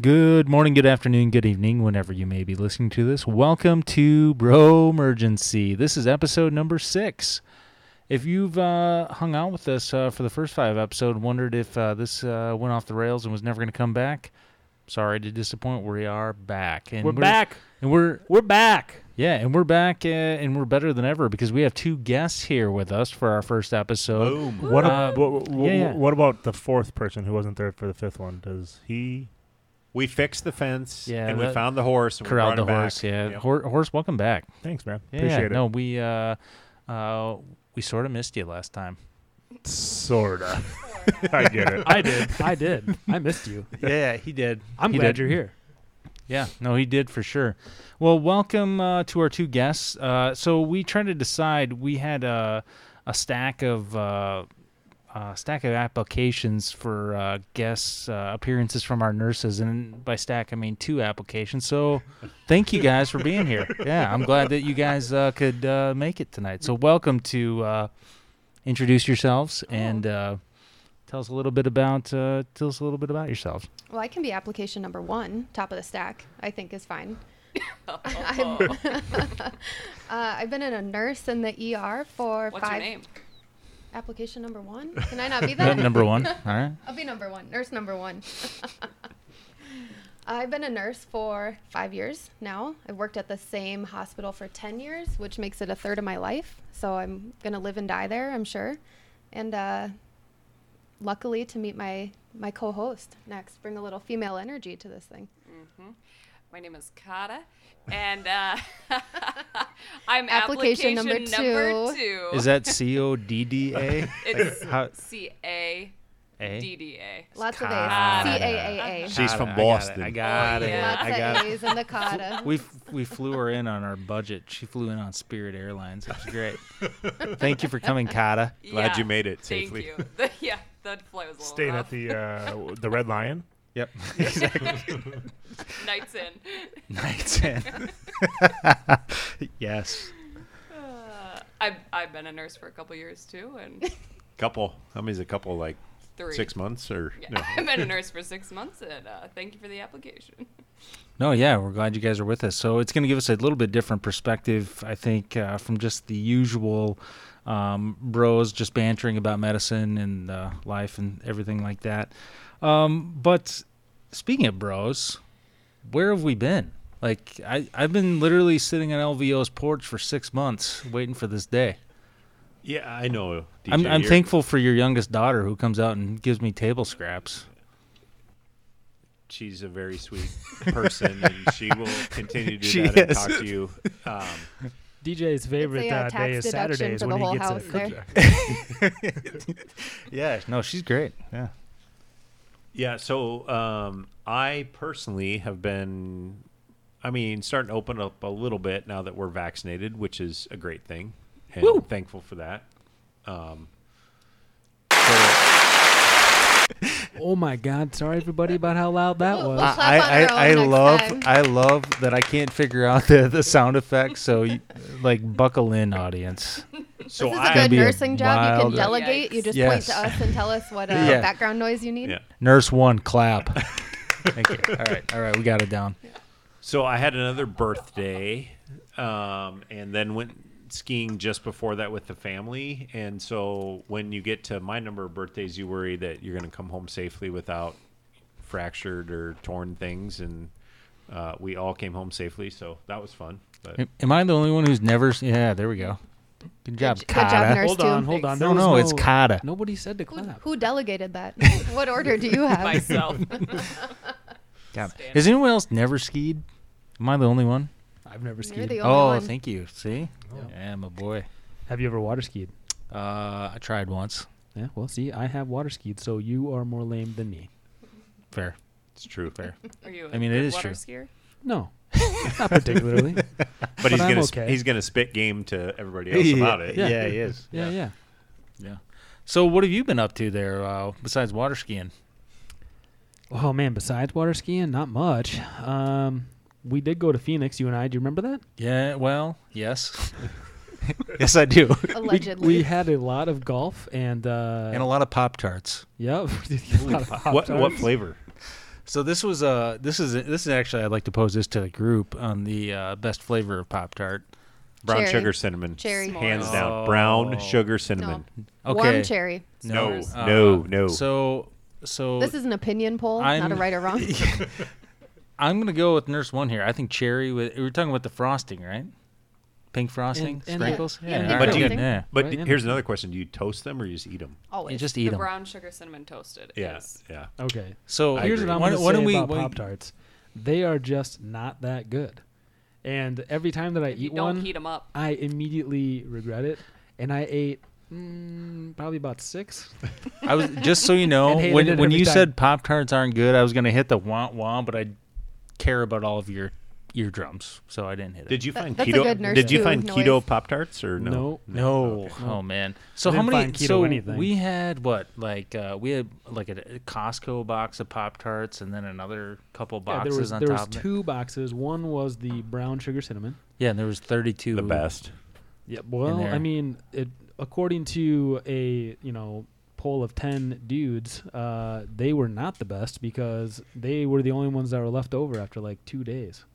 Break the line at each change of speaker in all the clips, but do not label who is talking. Good morning, good afternoon, good evening, whenever you may be listening to this. Welcome to Bro Emergency. This is episode number six. If you've uh, hung out with us uh, for the first five episodes, wondered if uh, this uh, went off the rails and was never going to come back, sorry to disappoint. We are back, and
We're back.
and we're
We're back.
yeah, and we're back, uh, and we're better than ever because we have two guests here with us for our first episode.
Boom.
What,
Uh,
ab- wha- wha-
yeah, yeah.
what about the fourth person who wasn't there for the fifth one? Does he?
We fixed the fence
Yeah,
and we
that-
found the horse. And
Corral
we brought
the
it back.
horse, yeah,
Yep.
Hor- horse, welcome back.
Thanks, man.
Yeah,
Appreciate it.
no, we uh, uh, we sort of missed you last time.
Sorta. I get it.
I did. I did. I missed you.
yeah, he did.
I'm
He
glad
did.
you're here.
Yeah, no, he did for sure. Well, welcome uh, to our two guests. Uh, so we tried to decide. We had a a stack of uh, a stack of applications for uh, guest uh, appearances from our nurses, and by stack I mean two applications. So thank you guys for being here. Yeah, I'm glad that you guys uh, could uh, make it tonight. So welcome to uh, introduce yourselves and uh, tell us a little bit about uh, tell us a little bit about yourselves.
Well, I can be application number one, top of the stack. I think is fine. I'm- uh, I've been in a nurse in the ER for
What's
five.
your name?
Application number one. Can I not be
N-
that?
number one. All right.
I'll be number one. Nurse number one. I've been a nurse for five years now. I've worked at the same hospital for 10 years, which makes it a third of my life. So I'm going to live and die there, I'm sure. And uh, luckily to meet my, my co host next, bring a little female energy to this thing.
My name is Kata, and uh, I'm
Application
application,
number
number two.
Is that C O D D A?
it's
How-
C A D D A?
Lots
Caught
of A's.
it.
C A A A.
She's
Got
from
it, I got it,
Boston.
I got
Oh,
it.
yeah.
I
Lots
got
of
it.
A's in the kata.
We f- we flew her in on our budget. She flew in on Spirit Airlines. It was great. Thank you for coming, Kata.
Glad you
Yeah,
made it
Thank
safely.
you. The- yeah, the flight was a little
Stayed
rough.
at the uh, w- the Red Lion.
Yep.
nights in.
Nights in. yes.
Uh, I've I've been a nurse for a couple years too, and
Couple. How many's a couple? Like
three.
six months or
Yeah,
no?
I've been a nurse for six months, and uh, thank you for the application.
No, yeah, we're glad you guys are with us. So it's going to give us a little bit different perspective, I think, uh, from just the usual um, bros just bantering about medicine and uh, life and everything like that. Um, but speaking of bros, where have we been? Like, I, I've been literally sitting on LVO's porch for six months waiting for this day.
Yeah, I know. DJ,
I'm, I'm
you're-
thankful for your youngest daughter who comes out and gives me table scraps.
she's a very sweet person, and she will continue to do
She
that and
is.
talk to you. Um,
DJ's favorite
It's a, uh,
uh, day
tax
is
deduction
Saturdays
for the
when he
whole
gets a
house there.
cookie.
Yeah, no, she's great. Yeah.
yeah. So um, I personally have been. I mean, starting to open up a little bit now that we're vaccinated, which is a great thing, and I'm thankful for that. Um, so-
Oh my God! Sorry everybody about how loud
Ah,
that
Well,
was.
well-
I,
clap on our
I, I
own next
love
time.
I love that I can't figure out the, the sound effects. So, you, like, buckle in, audience.
So
this is
I
a good
be a
nursing job. You
wild-
can delegate. You just
Yes.
point to us and tell us what uh,
Yeah.
background noise you need.
yeah.
Nurse one, clap. Thank you. All right, all right, we got it down.
So I had another birthday, um, and then went skiing just before that with the family. And so when you get to my number of birthdays, you worry that you're going to come home safely without fractured or torn things. And uh, we all came home safely, so that was fun. But
Am I the only one who's never? s- Yeah, there we go. Good job,
j- good job,
Kata.
nurse.
hold
too.
on, hold on. There
No,
was
no, it's Kata.
Nobody said to
Who,
clap.
who delegated that? what order do you have?
Myself.
Got it. Has anyone else never skied? Am I the only one?
I've never
You're the
skied.
only
oh,
one.
thank you. See, yeah, my boy.
Have you ever water skied?
Uh, I tried once.
Yeah. Well, see, I have water skied, so you are more lame than me.
Fair.
it's true.
Fair.
Are you? a
I mean, it
good
is
water
true.
skier?
No, not particularly.
But, he's
I'm
going to
okay.
he's going to spit game to everybody else about it.
Yeah.
he is.
Yeah, yeah.
Yeah. So, what have you been up to there uh, besides water skiing?
Oh man, besides water skiing, not much. Um, we did go to Phoenix, you and I. Do you remember that?
Yeah, well, yes. yes, I do.
Allegedly.
We had a lot of golf and uh
and a lot of Pop Tarts.
yeah, we did a lot of
What what
Pop-Tarts.
flavor?
So this was uh this is this is actually I'd like to pose this to the group on the uh, best flavor of Pop Tart.
Brown
Cherry.
sugar cinnamon.
Cherry.
Hands
S'mores.
down.
Oh.
Brown sugar cinnamon.
Okay.
Warm cherry.
No.
S'mores.
Uh,
No, no.
So so
This is an opinion poll, not a
I'm-
right or wrong.
I'm gonna go with Nurse One here. I think cherry. With we were talking about the frosting, right? Pink frosting,
And- and-
sprinkles.
Yeah,
yeah,
pink
all right,
frosting.
good, yeah.
But
Right, yeah.
here's another question: Do you toast them or you just eat them?
Always.
You just eat
the
them.
brown sugar cinnamon toasted.
Yeah,
Is,
yeah.
Okay.
So
I
here's
Here's
agree.
what I'm
why,
going to
why
say
don't we?
about
why-
Pop Tarts. They are just not that good. And every time that I
if
eat
you don't
one,
heat them up.
I immediately regret it. And I ate mm, probably about six.
I was just so you know
And hated
when
it
when
every
you
time.
said Pop Tarts aren't good, I was gonna hit the wah wah, but I care about all of your eardrums, so I didn't hit it.
Did you
That-
find
that's a
keto?
good nurse
did you
too
find
noise.
keto pop tarts or no?
No.
No. Oh man. So how
didn't
many?
find keto
so
anything.
we had what? Like uh, we had like a, a Costco box of Pop Tarts, and then another couple
Yeah,
boxes
there was
on
there was
top. of it.
two boxes. One was the brown sugar cinnamon.
Yeah, and there was thirty-two.
The best.
Yep. Well, I
there.
mean, it, according to a you know poll of ten dudes, uh, they were not the best because they were the only ones that were left over after like two days.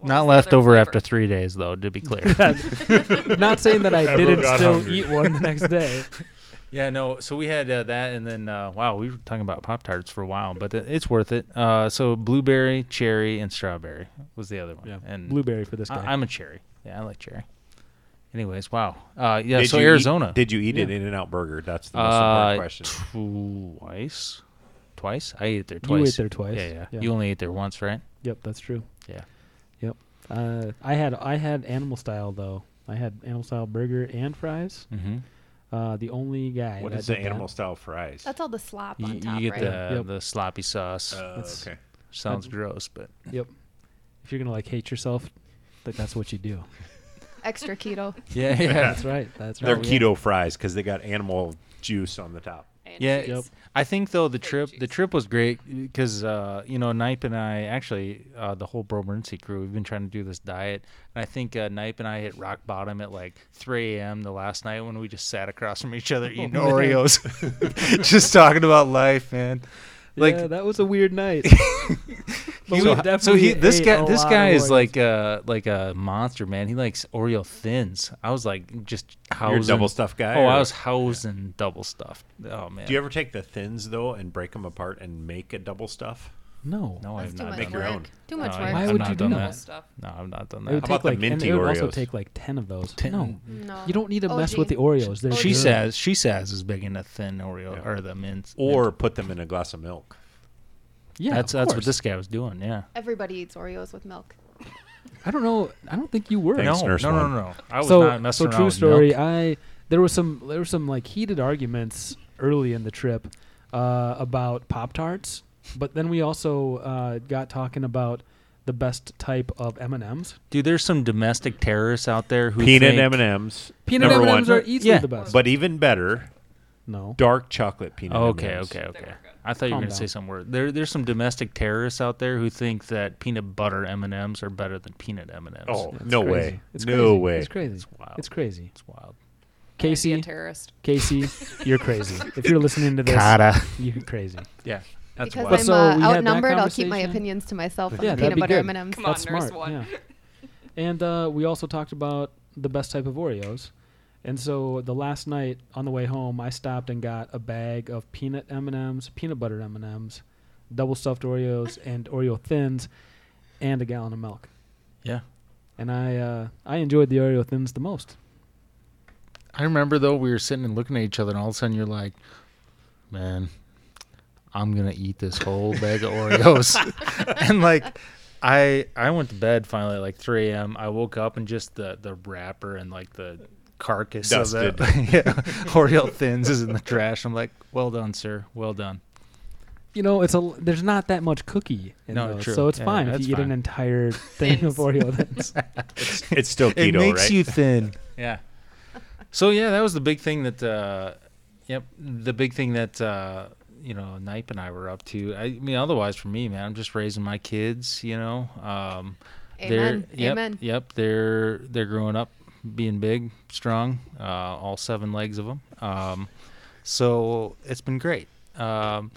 What
Not
was the other
left over
flavor?
after three days, though. To be clear.
not saying that I
Everyone
didn't
got
still
hungry.
eat one the next day.
Yeah, no. So we had uh, that, and then uh, wow, we were talking about Pop Tarts for a while, but it- it's worth it. Uh, so blueberry, cherry, and strawberry was the other one.
Yeah,
and
blueberry for this guy.
I, am a cherry. Yeah, I like cherry. Anyways, wow. Uh, yeah.
Did
so
you eat-
Arizona.
did you eat an
Yeah.
In and Out burger? That's the most
uh,
important question.
twice, twice. I ate there
You ate
twice.
there twice,
Yeah, yeah,
yeah.
You only ate there once, right?
yep, that's true.
Yeah.
Yep. Uh, I had I had animal style though. I had animal style burger and fries.
Mm-hmm.
Uh, the only guy.
What
that
is the
did that-
animal style fries?
That's all the slop
You,
on
you
top,
get
right?
the
Yep.
the sloppy sauce.
Uh,
that's-
okay.
Sounds gross, but
Yep. If you're gonna like hate yourself, that that's what you do.
Extra keto.
yeah, yeah.
That's right. That's
They're
Oh,
right.
keto fries because they got animal juice on the top.
And
Yeah,
cheese.
I think though the
Fake
trip the
cheese.
trip was great because uh, you know Nipe and I actually uh, the whole Bromerncy crew we've been trying to do this diet and I think uh, Nipe and I hit rock bottom at like 3 a.m. the last night when we just sat across from each
Oh,
other eating Oreos, just talking about life, man. Like
yeah, that was a weird night. But
he
we
was- so he
definitely
this
ate
guy
a
this
lot
guy
of
is
Oreos.
like uh, a like a monster man. He likes Oreo thins. I was like just
You're a
housing
double stuff guy.
Oh, I
or-
was housing double stuffed. Oh man.
Do you ever take the thins though and break them apart and make a double stuff?
no.
no,
That's
I've
too
not
much
done
Make
work.
your own.
Too much
No,
work.
Why
I've
would
not
you do
done
that?
Cool Stuff.
No, I've not done
It would
that.
take
How about the
like and
minty
it would also
Oreos?
take like ten of those.
Ten.
No,
No.
you don't need to mess
OG.
with the Oreos. They're
OG.
She
good.
says she says is big in a thin Oreo
Yeah.
or the mint.
Or
mint.
put them in a glass of milk.
yeah,
that's
of
that's what
course.
this guy was doing. Yeah.
Everybody eats Oreos with milk.
I don't know. I don't think you were.
Thanks,
no,
Nurse
no, no,
One.
no, no. I was
so
not messing
so
around
true
with
story.
milk.
I there was some there were some like heated arguments early in the trip uh, about Pop Tarts, but then we also uh, got talking about the best type of M and M's.
Dude, there's some domestic terrorists out there who
Peanut
think-
M and M's.
Peanut M
number
and M's
one.
are easily
Yeah.
the best.
But even better,
no,
dark chocolate peanut.
Okay,
M&Ms.
okay,
They
okay.
were good.
I thought you
Calm
were gonna say
down.
some word. There, there's some domestic terrorists out there who think that peanut butter M and M's are better than peanut M and M's.
Oh
It's
no
crazy.
way!
It's
no
crazy.
way!
It's crazy.
It's wild.
It's crazy.
it's wild.
Be a
Casey,
terrorist.
Casey, you're crazy. If you're listening to this, you're crazy.
Yeah, that's
because
wild.
But
I'm
so we
uh,
had that
outnumbered, I'll keep my
conversation.
opinions to myself on
Yeah, that'd
peanut
be
butter
good.
M&Ms.
Come on,
That's
nurse
smart,
one.
yeah. And uh, we also talked about the best type of Oreos. And so the last night on the way home, I stopped and got a bag of peanut M and M's, peanut butter M and M's, double stuffed Oreos, and Oreo thins, and a gallon of milk.
yeah.
And I uh, I enjoyed the Oreo thins the most.
I remember though we were sitting and looking at each other, and all of a sudden you're like, "Man, I'm gonna eat this whole bag of Oreos," and like. I I went to bed finally at like 3 a.m. I woke up and just the the wrapper and like the carcass of the yeah, Oreo thins is in the trash. I'm like, well done, sir, well done.
You know, it's a l- there's not that much cookie in
No,
those,
true.
so it's
Yeah,
fine if
that's
you eat
fine.
an entire thing of Oreo thins.
It's still keto,
it makes
right?
you thin. yeah. So yeah, that was the big thing that. Uh, yep, the big thing that uh, you know Nipe and I were up to. I mean, otherwise for me, man, I'm just raising my kids. You know, um,
Amen.
They're, yep,
Amen.
Yep, they're they're growing up, being big, strong, uh, all seven legs of them. Um, so it's been great. Um,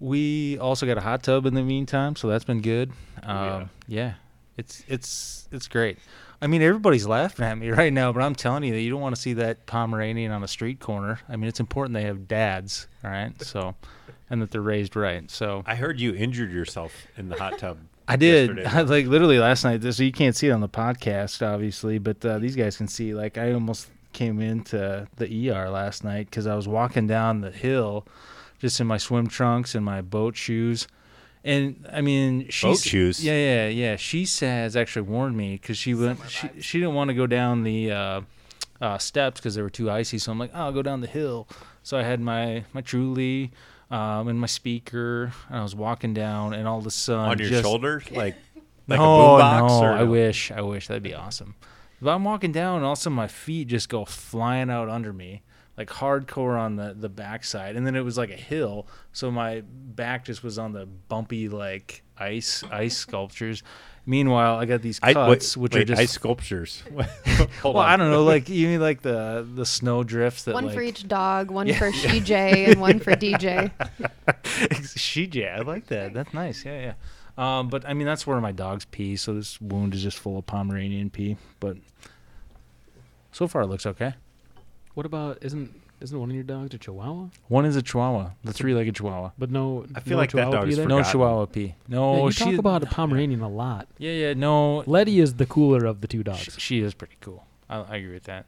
We also got a hot tub in the meantime, so that's been good. Um,
yeah.
yeah. it's it's it's great. I mean, everybody's laughing at me right now, but I'm telling you that you don't want to see that Pomeranian on a street corner. I mean, it's important they have dads, all right? So, and that they're raised right. So
I heard you injured yourself in the hot tub.
I did.
yesterday.
I, like literally last night. So you can't see it on the podcast, obviously, but uh, these guys can see. Like I almost came into the ER last night because I was walking down the hill, just in my swim trunks and my boat shoes, and I mean she
Boat
s-
shoes?
Yeah, yeah, yeah. She has actually warned me because she went. She, she didn't want to go down the. Uh, uh, steps because they were too icy. So I'm like, oh, I'll go down the hill. So I had my my Truly um, and my speaker, and I was walking down, and all of a sudden,
on your
just-
shoulder, like like
no,
a boombox.
Oh, no,
or
I wish, I wish that'd be awesome. But I'm walking down, and all of a sudden my feet just go flying out under me, like hardcore on the the backside, and then it was like a hill, so my back just was on the bumpy like ice ice sculptures. Meanwhile, I got these
I, wait,
cuts, which are
wait,
just
ice sculptures.
well, I don't know, like you mean like the the snow drifts that
one
like,
for each dog, one
Yeah.
for CJ, and one for DJ.
she yeah, I like that. That's nice. Yeah, yeah. Um, but I mean, that's where my dogs pee, so this wound is just full of Pomeranian pee. But so far, it looks okay.
What about isn't isn't one of your dogs a Chihuahua?
One is a Chihuahua, the three-legged Chihuahua.
But no,
I feel
no
like that
Chihuahua
dog
pee
is
there?
for-
No
Forgotten.
Chihuahua pee. No,
yeah, you
she.
talk about a Pomeranian a lot.
yeah, yeah. No,
Letty is the cooler of the two
sh-
dogs.
she is pretty cool. I, I agree with that.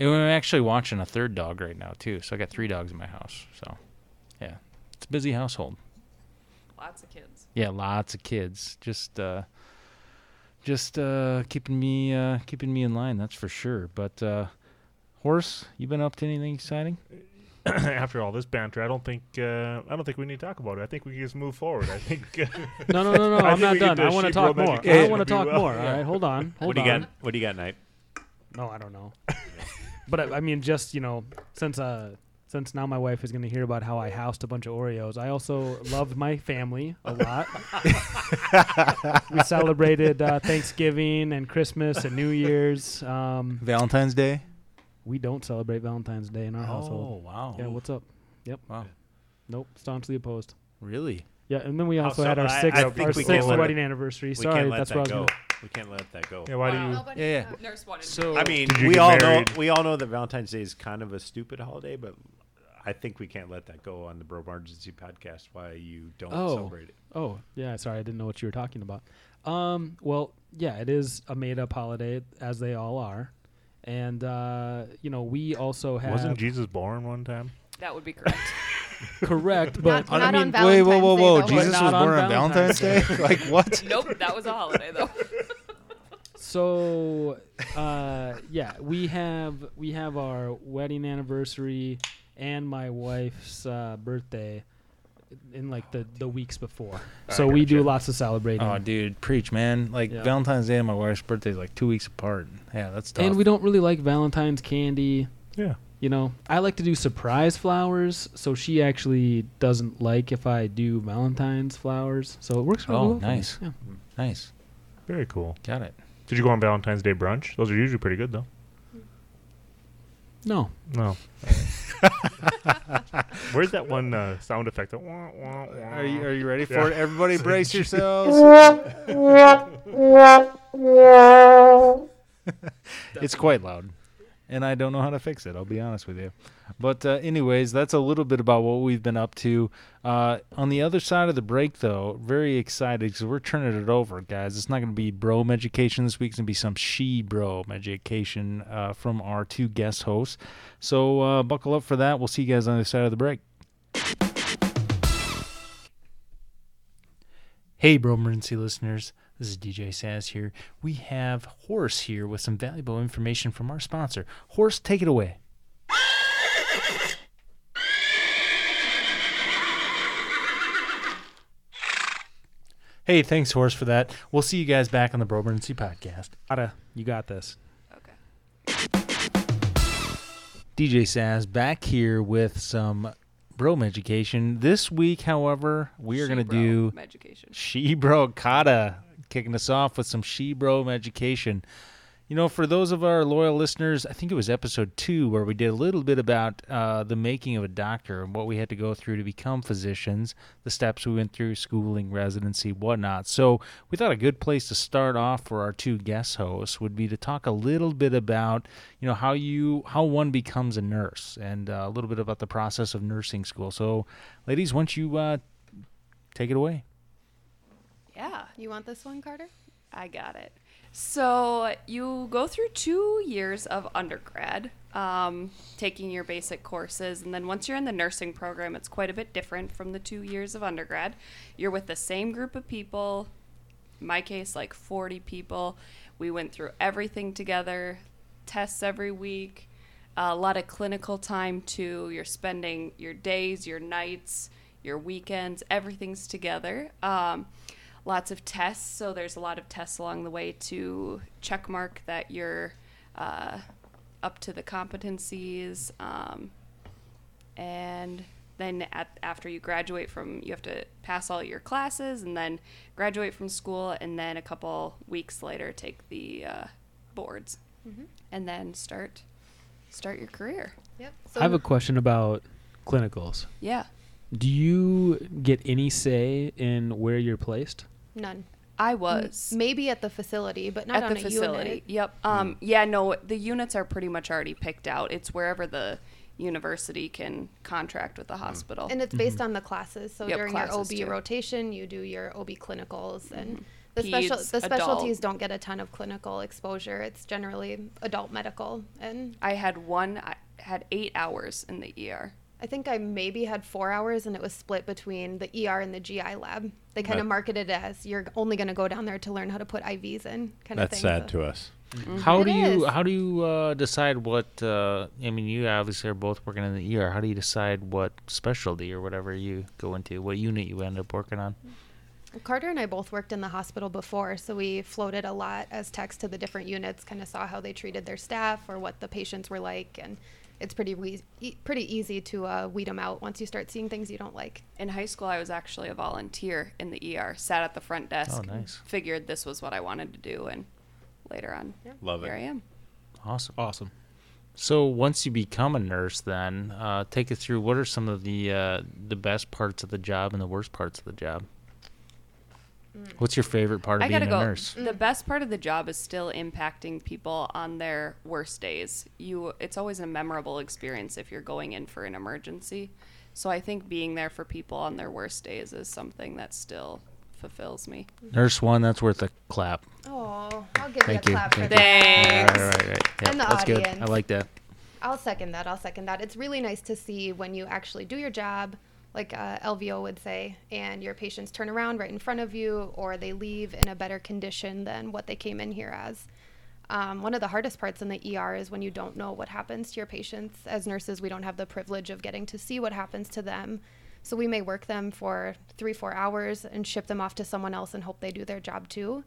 And we're actually watching a third dog right now too, so I got three dogs in my house. So, yeah, it's a busy household.
Lots of kids.
Yeah, lots of kids. Just uh just uh keeping me uh keeping me in line, that's for sure. But uh Horse, you been up to anything exciting?
After all this banter, I don't think uh, I don't think we need to talk about it. I think we can just move forward. I think uh,
No, no, no, no.
I
I'm
think
not
we can
done.
do
I
a
want to
sheep
talk
romantic
more.
case
I want to
would be
talk
well.
more. All right, hold on. Hold
What do you
on.
got? What do you got, Knight?
No, I don't know. but I, I mean, just you know, since uh, since now my wife is going to hear about how I housed a bunch of Oreos. I also loved my family a lot. we celebrated uh, Thanksgiving and Christmas and New Year's. Um,
Valentine's Day.
we don't celebrate Valentine's Day in our household.
Oh wow.
Yeah, what's up?
wow.
Nope, staunchly opposed.
Really?
Yeah, and then we
Oh,
also
so
had our
I- I
sixth,
think
our
we can't
sixth
let it-
wedding anniversary.
we can't
Sorry,
let
that's
that
where I was
go.
going.
We can't let that go.
yeah, why
Wow.
do you?
Nobody-
Yeah, yeah.
Nurse wanted.
So
I mean,
Did you
we
get
all know
married?
we all know that Valentine's Day is kind of a stupid holiday, but I think we can't let that go on the Bro Emergency podcast. Why you don't
Oh.
celebrate it?
Oh, yeah. Sorry, I didn't know what you were talking about. Um, well, yeah, it is a made-up holiday, as they all are, and uh, you know we also have
Wasn't Jesus born one time?
that would be correct.
correct,
Not,
but
not
I mean,
on Valentine's
whoa, whoa,
Day,
whoa!
though.
Jesus
But
was
not on
born on
Valentine's
Valentine's Day. like what?
nope, that was a holiday though.
so uh, yeah, we have we have our wedding anniversary and my wife's uh, birthday in like the the weeks before. so we do lots of celebrating.
Oh, dude, preach, man! Like
Yeah.
Valentine's Day and my wife's birthday is like two weeks apart. Yeah, that's tough.
and we don't really like Valentine's candy.
Yeah.
You know, I like to do surprise flowers, so she actually doesn't like if I do Valentine's flowers. So it works really
Oh,
well. for me.
nice.
Yeah.
nice.
Very cool.
Got it.
Did you go on Valentine's Day brunch? Those are usually pretty good, though.
No.
No. Where's that one uh, sound effect? That wah, wah, wah.
Are you are you ready for
Yeah.
it? Everybody, brace yourselves. it's quite loud, and I don't know how to fix it. I'll be honest with you. But uh, anyways, that's a little bit about what we've been up to. Uh, on the other side of the break, though, very excited because we're turning it over, guys. It's not going to be bro education this week. It's going to be some she bro education uh, from our two guest hosts. So uh, buckle up for that. We'll see you guys on the other side of the break. Hey, Bro Emergency listeners. This is DJ Saz here. We have Horse here with some valuable information from our sponsor. Horse, take it away. Hey, thanks, Horse, for that. We'll see you guys back on the Bro Emergency podcast.
Ada, you got this.
Okay.
DJ Saz back here with some Bro Education. This week, however, we are going to
She-bro
do.
education.
Shebro Kata kicking us off with some Shebro education. You know, for those of our loyal listeners, I think it was episode two where we did a little bit about uh, the making of a doctor and what we had to go through to become physicians, the steps we went through, schooling, residency, whatnot. So we thought a good place to start off for our two guest hosts would be to talk a little bit about, you know, how you how one becomes a nurse and uh, a little bit about the process of nursing school. So, ladies, once you uh, take it away.
Yeah,
You want this one, Carter?
I got it. So you go through two years of undergrad, um, taking your basic courses, and then once you're in the nursing program, it's quite a bit different from the two years of undergrad. You're with the same group of people. In my case, like 40 people. We went through everything together, tests every week, a lot of clinical time too. You're spending your days, your nights, your weekends, everything's together. Um, lots of tests. So there's a lot of tests along the way to check mark that you're uh, up to the competencies. Um, and then at, after you graduate from, you have to pass all your classes and then graduate from school, and then a couple weeks later take the uh, boards, and then start start your career.
Yep.
I have a question about clinicals.
Yeah.
Do you get any say in where you're placed?
none.
I was.
Maybe at Hmm. the facility, but not on a unit.
Yep. Um, Yeah. No, the units are pretty much already picked out. It's wherever the university can contract with the hospital.
And
Mm-hmm.
it's based on the classes. So
Yep,
during your OB
classes too. Mm-hmm.
rotation, you do your OB clinicals and the
Peds,
special the
adult.
specialties don't get a ton of clinical exposure. It's generally adult medical and
I had one. I had eight hours in the ER.
I think I maybe had four hours, and it was split between the ER and the GI lab. They kind of
That-
marketed it as you're only going to go down there to learn how to put IVs in. Kind of
That's
thing.
sad
so.
to us.
How
Mm-hmm. It
do you
is.
how do you uh, decide what? Uh, I mean, you obviously are both working in the ER. How do you decide what specialty or whatever you go into, what unit you end up working on?
Carter and I both worked in the hospital before, so we floated a lot as techs to the different units, kind of saw how they treated their staff or what the patients were like, and it's pretty wee- e- pretty easy to uh, weed them out once you start seeing things you don't like.
In high school, I was actually a volunteer in the ER. Sat at the front desk.
Oh, nice.
Figured this was what I wanted to do, and later on,
Love
here I
it.
am.
Awesome.
Awesome.
So once you become a nurse, then uh, take us through. What are some of the uh, the best parts of the job and the worst parts of the job?
Mm.
What's your favorite part of
I
being
gotta
a
go.
nurse?
The best part of the job is still impacting people on their worst days. You, it's always a memorable experience if you're going in for an emergency. So I think being there for people on their worst days is something that still fulfills me.
Mm-hmm.
Nurse one, that's worth a clap.
Oh, I'll give
Thank
you a
you,
clap for
thank you. All
that.
right, all right, all right. Yeah,
And the
that's good. I
audience.
like that.
I'll second that. I'll second that. It's really nice to see when you actually do your job, like uh, LVO would say, and your patients turn around right in front of you, or they leave in a better condition than what they came in here as. Um, one of the hardest parts in the ER is when you don't know what happens to your patients. As nurses, we don't have the privilege of getting to see what happens to them. So we may work them for three, four hours and ship them off to someone else and hope they do their job too.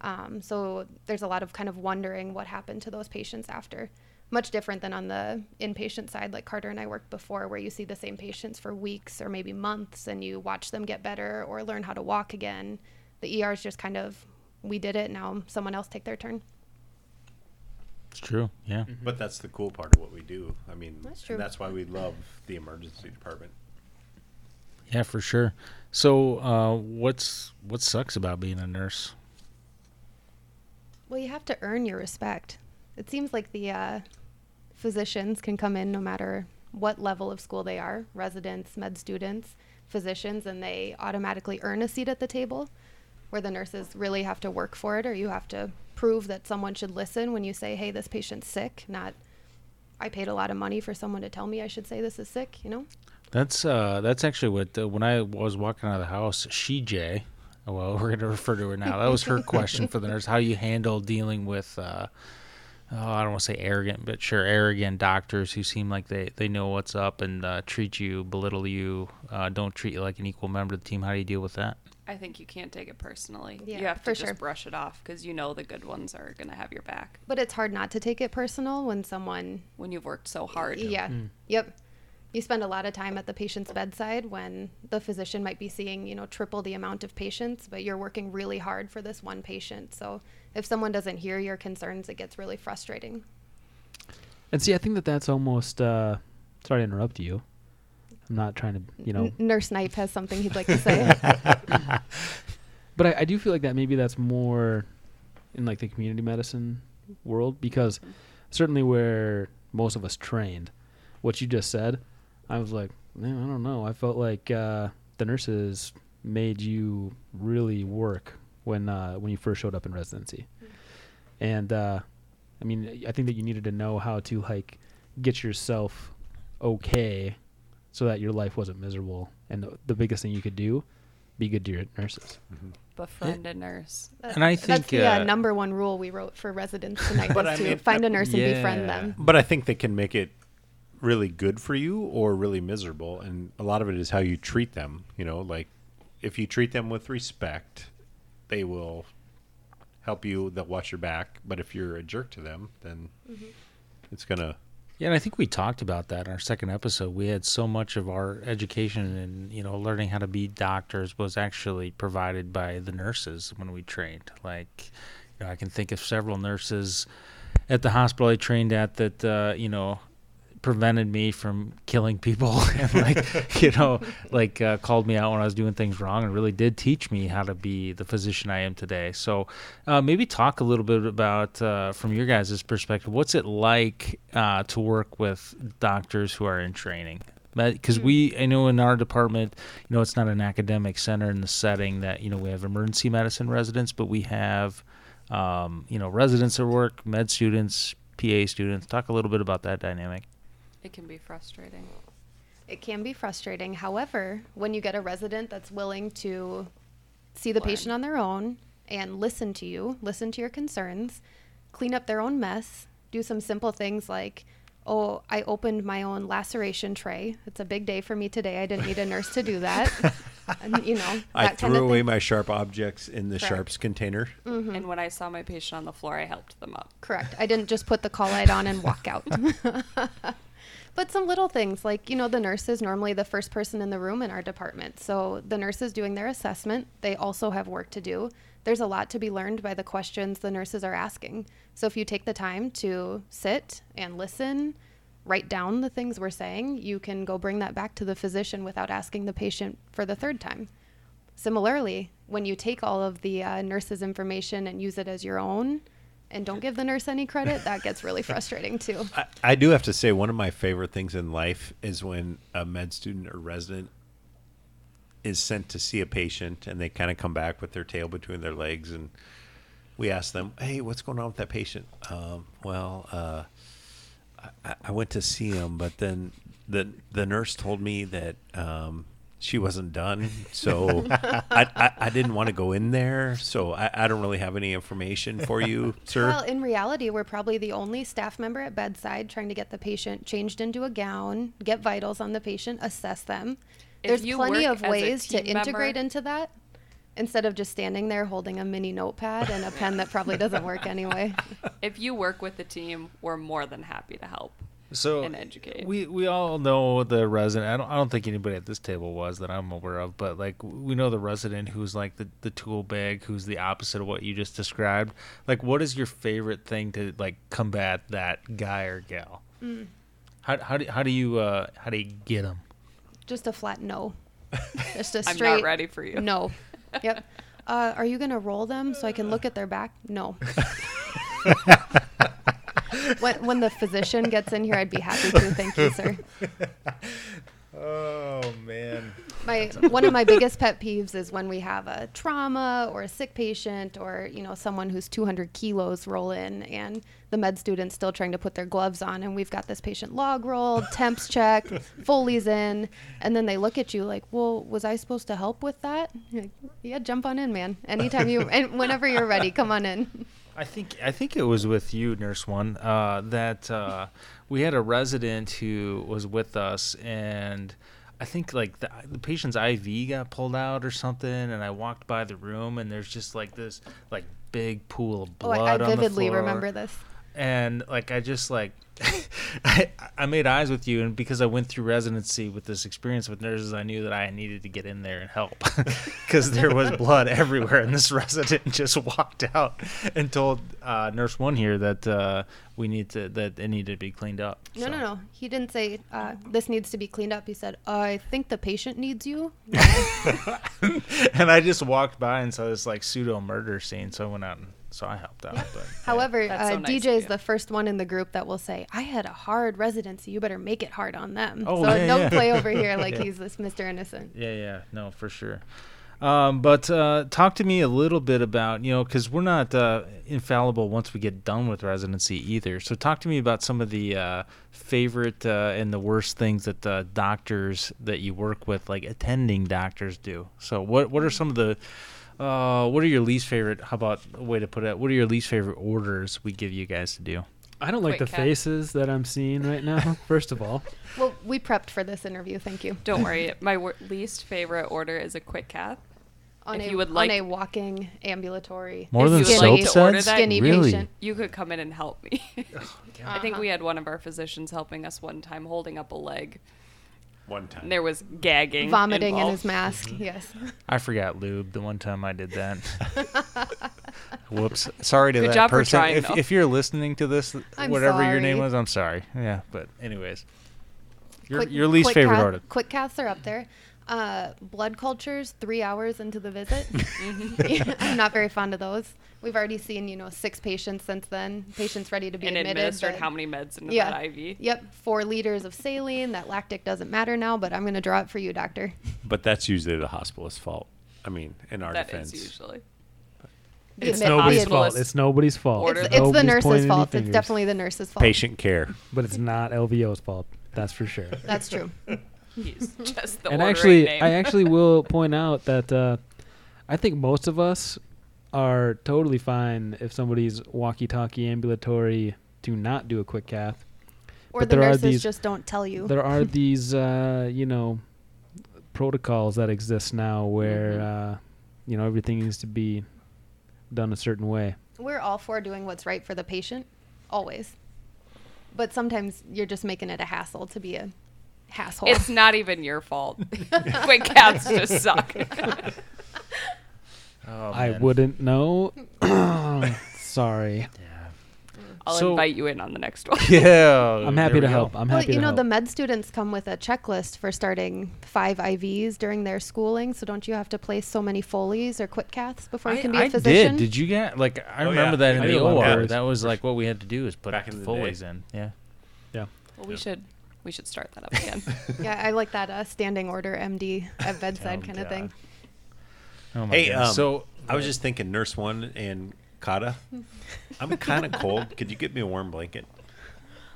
Um, so there's a lot of kind of wondering what happened to those patients after. Much different than on the inpatient side, like Carter and I worked before, where you see the same patients for weeks or maybe months and you watch them get better or learn how to walk again. The ER is just kind of, we did it, now someone else take their turn.
It's true. Yeah.
But that's the cool part of what we do. I mean,
That's true.
And that's why we love the emergency department.
Yeah, for sure. So, uh, what's what sucks about being a nurse?
Well, you have to earn your respect. It seems like the uh, physicians can come in no matter what level of school they are residents, med students, physicians and they automatically earn a seat at the table, where the nurses really have to work for it or you have to prove that someone should listen when you say, hey, this patient's sick, not. I paid a lot of money for someone to tell me I should say this is sick, you know?
That's uh, that's actually what uh, when I was walking out of the house, she Jay. Well, we're gonna refer to her now. That was her question for the nurse: How do you handle dealing with? Uh, oh, I don't want to say arrogant, but sure, arrogant doctors who seem like they they know what's up and uh, treat you, belittle you, uh, don't treat you like an equal member of the team. How do you deal with that?
I think you can't take it personally. you
Yeah,
have to
for
just
sure.
brush it off because you know the good ones are gonna have your back
But it's hard not to take it personal when someone
Hmm.
when you've worked so hard.
Yeah. Yep. you spend a lot of time at the patient's bedside when the physician might be seeing, you know, triple the amount of patients, but you're working really hard for this one patient. So if someone doesn't hear your concerns, it gets really frustrating.
And see, I think that that's almost. Uh, sorry to interrupt you. I'm not trying to, you know.
N- Nurse Snipe has something he'd like to say.
But I, I do feel like that maybe that's more in like the community medicine world because certainly where most of us trained, what you just said, I was like, man, I don't know. I felt like uh, the nurses made you really work when uh, when you first showed up in residency, and uh, I mean, I think that you needed to know how to like get yourself okay so that your life wasn't miserable. And the, the biggest thing you could do, be good to your nurses.
Befriend a nurse.
And I
That's
think,
the uh,
uh,
number one rule we wrote for residents tonight
But
was
I
to
mean, uh,
find a nurse and
yeah.
befriend them.
But I think they can make it really good for you or really miserable. And a lot of it is how you treat them. You know, like if you treat them with respect, they will help you, they'll watch your back. But if you're a jerk to them, then
Mm-hmm.
it's going to.
Yeah, and I think we talked about that in our second episode. We had so much of our education and you know learning how to be doctors was actually provided by the nurses when we trained. Like, you know, I can think of several nurses at the hospital I trained at that uh, you know prevented me from killing people and like you know like uh, called me out when I was doing things wrong and really did teach me how to be the physician I am today. So uh, maybe talk a little bit about uh, from your guys' perspective, what's it like uh, to work with doctors who are in training? Because we, I know in our department, you know, it's not an academic center in the setting that you know we have emergency medicine residents, but we have um, you know residents at work, med students, PA students. Talk a little bit about that dynamic.
It can be frustrating.
It can be frustrating. However, when you get a resident that's willing to see the
Learn.
patient on their own and listen to you, listen to your concerns, clean up their own mess, do some simple things like, oh, I opened my own laceration tray. It's a big day for me today. I didn't need a nurse to do that. and, you know, that
I
kind of
threw
thing.
away my sharp objects in the
Correct.
sharps container.
Mm-hmm.
And when I saw my patient on the floor, I helped them up.
Correct. I didn't just put the call light on and walk out. but some little things like, you know, the nurse is normally the first person in the room in our department. So the nurse is doing their assessment. They also have work to do. There's a lot to be learned by the questions the nurses are asking. So if you take the time to sit and listen, write down the things we're saying, you can go bring that back to the physician without asking the patient for the third time. Similarly, when you take all of the uh, nurse's information and use it as your own and don't give the nurse any credit, that gets really frustrating too.
I, I do have to say one of my favorite things in life is when a med student or resident is sent to see a patient and they kind of come back with their tail between their legs and we ask them hey what's going on with that patient um, well uh, I, I went to see him but then the the nurse told me that um, she wasn't done so I, I, I didn't want to go in there so I, I don't really have any information for you sir
Well, in reality, we're probably the only staff member at bedside trying to get the patient changed into a gown, get vitals on the patient, assess them.
If
There's
you
plenty
work
of
as a
ways to
team member-
integrate into that instead of just standing there holding a mini notepad and a pen that probably doesn't work anyway.
If you work with the team, we're more than happy to help.
so
and educate.
We we all know the resident. I don't I don't think anybody at this table was that I'm aware of, but like we know the resident who's like the the tool bag, who's the opposite of what you just described. Like, what is your favorite thing to like combat that guy or gal?
Mm.
How how do how do you uh, how do you get them?
Just a flat no. Just a
I'm
straight
not ready for you.
No. Yep. Uh, are you going to roll them so I can look at their back? No. when, when the physician gets in here, I'd be happy to. Thank you, sir.
Oh man.
My one of my biggest pet peeves is when we have a trauma or a sick patient or you know someone who's 200 kilos roll in and the med student's still trying to put their gloves on and we've got this patient log rolled, temps checked, Foley's in, and then they look at you like, well, was I supposed to help with that? You're like, yeah, jump on in, man. Anytime you and whenever you're ready, come on in.
I think I think it was with you, Nurse One, uh, that uh, we had a resident who was with us, and I think like the, the patient's IV got pulled out or something, and I walked by the room, and there's just like this like big pool of
Oh,
blood.
I, I
on the
vividly
floor.
remember this.
and like I just like I, I made eyes with you, and because I went through residency with this experience with nurses, I knew that I needed to get in there and help because there was blood everywhere, and this resident just walked out and told uh, nurse one here that uh, we need to that it needed to be cleaned up.
No,
So-
no, no. He didn't say uh, this needs to be cleaned up. He said, "I think the patient needs you."
and I just walked by and saw this like pseudo murder scene, so I went out and so I helped out. But,
However,
That's so
uh,
nice
DJ
of
is
you.
the first one in the group that will say, "I had a hard residency. You better make it hard on them."
Oh,
so
yeah,
don't
yeah.
play over here like
Yeah.
he's this Mr. Innocent.
Yeah, yeah, no, for sure. Um, but uh, talk to me a little bit about you know because we're not uh, infallible once we get done with residency either. So talk to me about some of the uh, favorite uh, and the worst things that uh, doctors that you work with, like attending doctors, do. So what what are some of the uh, what are your least favorite? How about a way to put it? What are your least favorite orders we give you guys to do?
I don't like
Quick
the
cat.
faces that I'm seeing right now. First of all,
Well, we prepped for this interview. Thank you.
Don't worry. My wor- least favorite order is a quick cat.
On
If
a
you would
on
like-
a walking ambulatory
More
If
than
you would
soap
like to order
suds,
that-
skinny
really?
patient.
You could come in and help me. I think we had one of our physicians helping us one time holding up a leg.
One time.
And there was gagging.
vomiting in
involved.
his mask.
Mm-hmm.
Yes.
I forgot lube the one time I did that. Whoops. Sorry to
Good
that
job for
person.
trying,
if,
though.
if you're listening to this,
I'm
whatever your name
sorry.
was, I'm sorry. Yeah, but anyways. Your,
Quick-
your least
quick
favorite
cath-
order.
Quick caths are up there. Uh, blood cultures three hours into the visit.
Mm-hmm.
I'm not very fond of those. We've already seen you know six patients since then. Patients ready to be
and
admitted.
administered
but-
how many meds into that IV?
Yep, four liters of saline. That lactic doesn't matter now, but I'm going to draw it for you, doctor.
But that's usually the hospitalist's fault. I mean, in our
That is
defense.
usually.
Be
It's
admit- be
nobody's
admit-
fault.
it's nobody's fault.
It's,
Order.
it's the
Nobody's pointing
nurse's
any
fault. It's
fingers.
definitely the nurse's fault.
Patient care.
but it's not LVO's fault. That's for sure.
That's true.
He's just the
and
ordering
actually,
name.
I actually will point out that uh, I think most of us are totally fine if somebody's walkie-talkie ambulatory to not do a quick cath.
Or
But
the
there are
nurses
these-
just don't tell you.
There are these, uh, you know, protocols that exist now where,
Mm-hmm.
uh, you know, everything needs to be done a certain way.
We're all for doing what's right for the patient, always. But sometimes you're just making it a hassle to be a asshole.
It's not even your fault. Quick cats just suck.
Oh,
I
man.
wouldn't know. Sorry.
Yeah.
I'll
So-
invite you in on the next one.
Yeah.
I'm happy
there
to
we go.
help. I'm
well,
happy
you
to
know,
help.
the med students come with a checklist for starting five IVs during their schooling. So don't you have to place so many Foleys or quit caths before you
I-
can be
I
a physician?
did. Did you get like I
Oh,
remember
yeah.
that in
I
the
did a lot of
OR.
those.
That was like what we had to do is put
Back in the
Foley's
day.
in. Yeah.
yeah.
Well, we should we should start that up again.
yeah, I like that uh, standing order MD at bedside
Oh,
kind of thing.
Oh my
Hey,
goodness.
um,
so
I was just thinking, Nurse One and Kata. I'm kind of cold. Could you get me a warm blanket?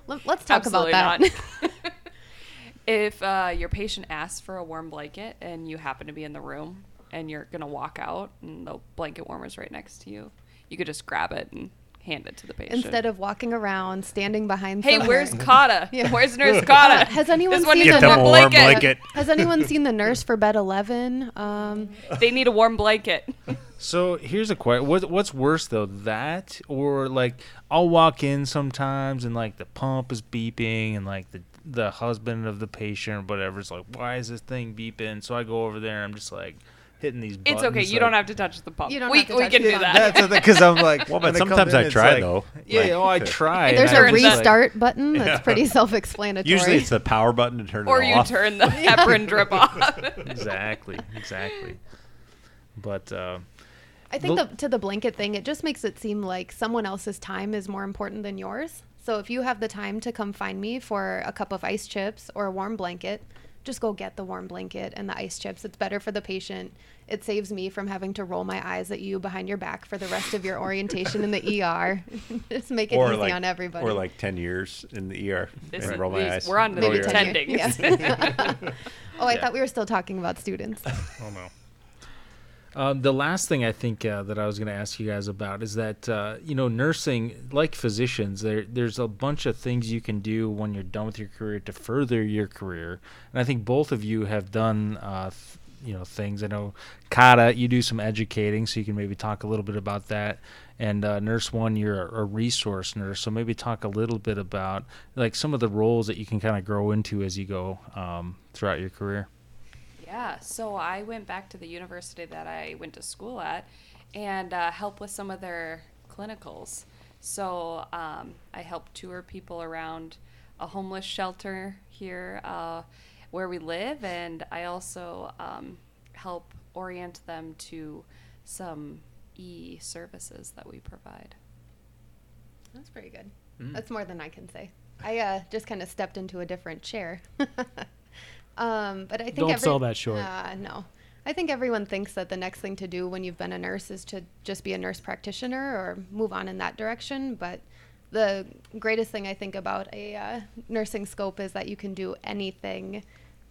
Let, us talk
Absolutely
about that.
not. if uh, your patient asks for a warm blanket and you happen to be in the room and you're gonna walk out and the blanket warmer's right next to you, you could just grab it and hand it to the patient.
Instead of walking around, standing behind.
hey,
somewhere.
where's Kata?
Yeah. Uh,
Where's Nurse Kata?
Has anyone
this one
seen
needs
the
a warm
nurse-
blanket.
Has anyone seen the nurse for bed eleven? Um,
They need a warm blanket.
So here's a question: what, What's worse though, that or like I'll walk in sometimes and like the pump is beeping and like the the husband of the patient or whatever is like, why is this thing beeping? So I go over there and I'm just like hitting these.
It's okay. You don't have to touch the pump.
You don't
we,
have to
we
touch
can
the
do
pump.
that.
because I'm like.
Well,
when
but
I come
sometimes
in,
I
it's
try
like-
though.
Yeah,
Like,
oh, I
to-
try. and
there's
I
a
turn
just, like-
restart button. That's pretty self-explanatory.
Usually it's the power button to turn
Or
it
you
off.
turn the heparin drip off.
exactly, exactly. But uh,
I think
Well-
the, to the blanket thing, it just makes it seem like someone else's time is more important than yours. So if you have the time to come find me for a cup of ice chips or a warm blanket, just go get the warm blanket and the ice chips. It's better for the patient. It saves me from having to roll my eyes at you behind your back for the rest of your orientation in the ER. just make it easy on everybody.
Or like 10 years in the ER.
This
and
is-
roll my
these-
eyes.
we're on to
Roll
the
Maybe
your eyes.
10
ten years.
days.
Yeah. oh, I
Yeah.
thought we were still talking about students.
Oh no. Um, the last thing I think uh, that I was going to ask you guys about is that uh, you know nursing, like physicians, there there's a bunch of things you can do when you're done with your career to further your career, and I think both of you have done uh, th- you know things. I know Kata, you do some educating, so you can maybe talk a little bit about that. And uh, Nurse One, you're a resource nurse, so maybe talk a little bit about like some of the roles that you can kind of grow into as you go um, throughout your career.
Yeah, so I went back to the university that I went to school at and uh, helped with some of their clinicals. So um, I helped tour people around a homeless shelter here uh, where we live, and I also um, help orient them to some e services that we provide.
That's pretty good.
Mm.
That's more than I can say. I uh, just kind of stepped into a different chair. um, but I think
Don't
every-
sell that short.
Uh, no. I think everyone thinks that the next thing to do when you've been a nurse is to just be a nurse practitioner or move on in that direction. But the greatest thing I think about a uh, nursing scope is that you can do anything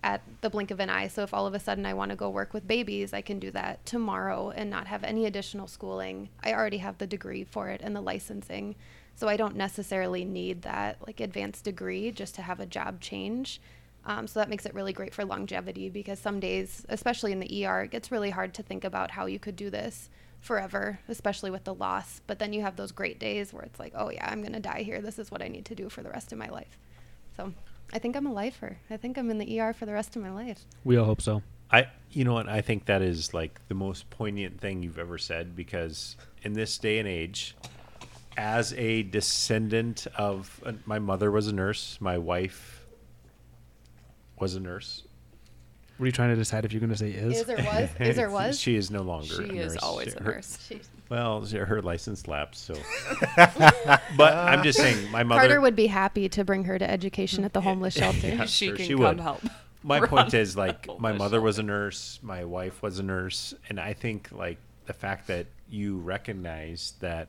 at the blink of an eye. So if all of a sudden I want to go work with babies, I can do that tomorrow and not have any additional schooling. I already have the degree for it and the licensing. So I don't necessarily need that like advanced degree just to have a job change. Um, so that makes it really great for longevity because some days, especially in the ER, it gets really hard to think about how you could do this forever, especially with the loss. But then you have those great days where it's like, oh yeah, I'm going to die here. This is what I need to do for the rest of my life. So I think I'm a lifer. I think I'm in the ER for the rest of my life.
We all hope so.
I you know what I think that is like the most poignant thing you've ever said because in this day and age as a descendant of uh, my mother was a nurse, my wife was a nurse.
Were you trying to decide if you're going to say is?
Is or was? Is or was?
She is no longer a
She
nurse.
is always a
Her-
nurse.
Well, her license lapsed, so But I'm just saying my mother
Carter would be happy to bring her to education at the homeless shelter.
Yeah,
she
sure,
can
she
come
would.
help.
my
We're
point
on
is like
medical
my
mission.
mother was a nurse my wife was a nurse and i think like the fact that you recognize that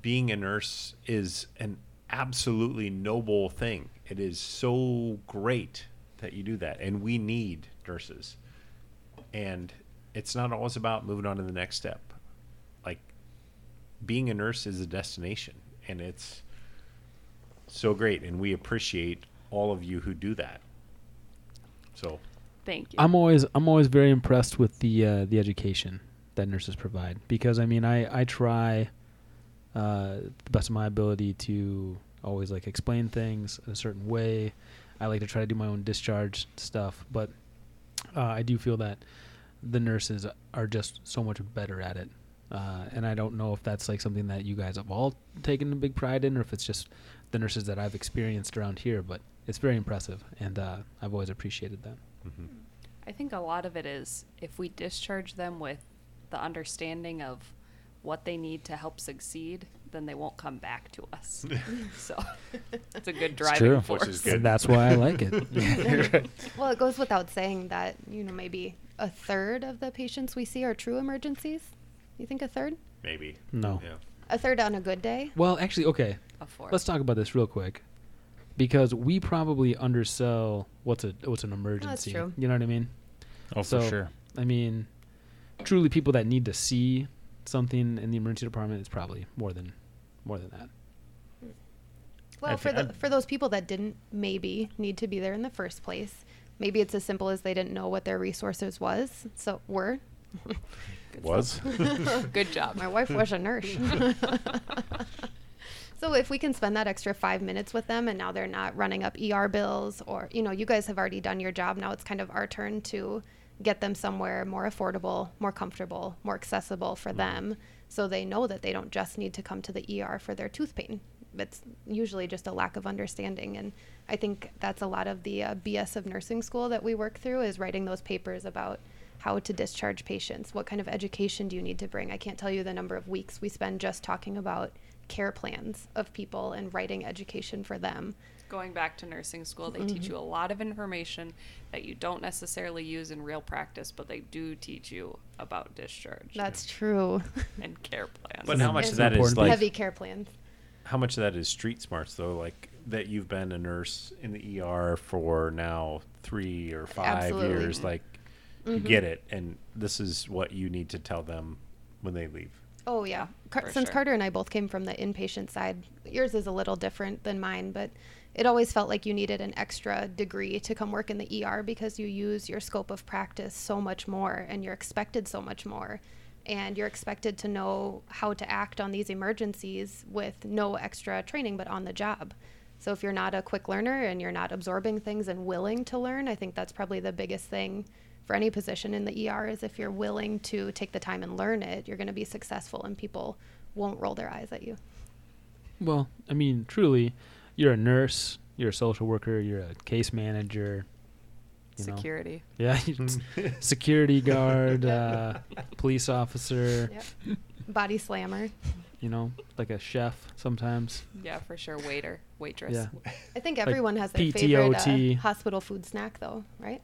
being a nurse is an absolutely noble thing it is so great that you do that and we need nurses and it's not always about moving on to the next step like being a nurse is a destination and it's so great and we appreciate all of you who do that so
Thank you.
I'm always I'm always very impressed with the uh, the education that nurses provide because I mean I I try uh, the best of my ability to always like explain things in a certain way. I like to try to do my own discharge stuff, but uh, I do feel that the nurses are just so much better at it. Uh, and I don't know if that's like something that you guys have all taken a big pride in, or if it's just the nurses that I've experienced around here. But it's very impressive, and uh, I've always appreciated that.
I think a lot of it is if we discharge them with the understanding of what they need to help succeed, then they won't come back to us. so it's a good driving
true.
force.
Which is good.
And that's why I like it.
Well, it goes without saying that, you know, maybe a third of the patients we see are true emergencies. You think a third?
Maybe.
No.
Yeah.
A third on a good day?
Well, actually, okay.
A force.
Let's talk about this real quick, because we probably undersell what's a what's an emergency.
true.
You know what I mean?
Oh,
so,
for sure.
I mean, truly, people that need to see something in the emergency department is probably more than more than that.
Well,
I
for,
thi-
the, for those people that didn't maybe need to be there in the first place, maybe it's as simple as they didn't know what their resources was. So were.
Was?
good job.
My wife was a nurse. so if we can spend that extra five minutes with them, and now they're not running up ER bills, or you know, you guys have already done your job. Now it's kind of our turn to get them somewhere more affordable, more comfortable, more accessible for them, so they know that they don't just need to come to the ER for their tooth pain. It's usually just a lack of understanding, and I think that's a lot of the uh, BS of nursing school that we work through is writing those papers about how to discharge patients. What kind of education do you need to bring? I can't tell you the number of weeks we spend just talking about care plans of people and writing education for them.
Going back to nursing school, they teach you a lot of information that you don't necessarily use in real practice, but they do teach you about discharge
That's true.
and care plans.
But how much
It's
of that is
important.
like
Heavy care plans.
how much of that is street smarts though? Like that you've been a nurse in the ER for now three or five
Absolutely. Mm-hmm.
years. Like you get it, and this is what you need to tell them when they leave.
Oh yeah. Car-
for
Since
sure.
Carter and I both came from the inpatient side, yours is a little different than mine, but it always felt like you needed an extra degree to come work in the ER because you use your scope of practice so much more and you're expected so much more. And you're expected to know how to act on these emergencies with no extra training, but on the job. So if you're not a quick learner and you're not absorbing things and willing to learn, I think that's probably the biggest thing for any position in the ER is if you're willing to take the time and learn it, you're going to be successful and people won't roll their eyes at you.
Well, I mean, truly, you're a nurse, you're a social worker, you're a case manager. you know.
Security.
Yeah, security guard, uh, police officer.
Yep. Body slammer.
You know, like a chef sometimes.
Yeah, for sure. Waiter, waitress.
Yeah.
I think everyone has their favorite
PTOT.
uh, hospital food snack though, right?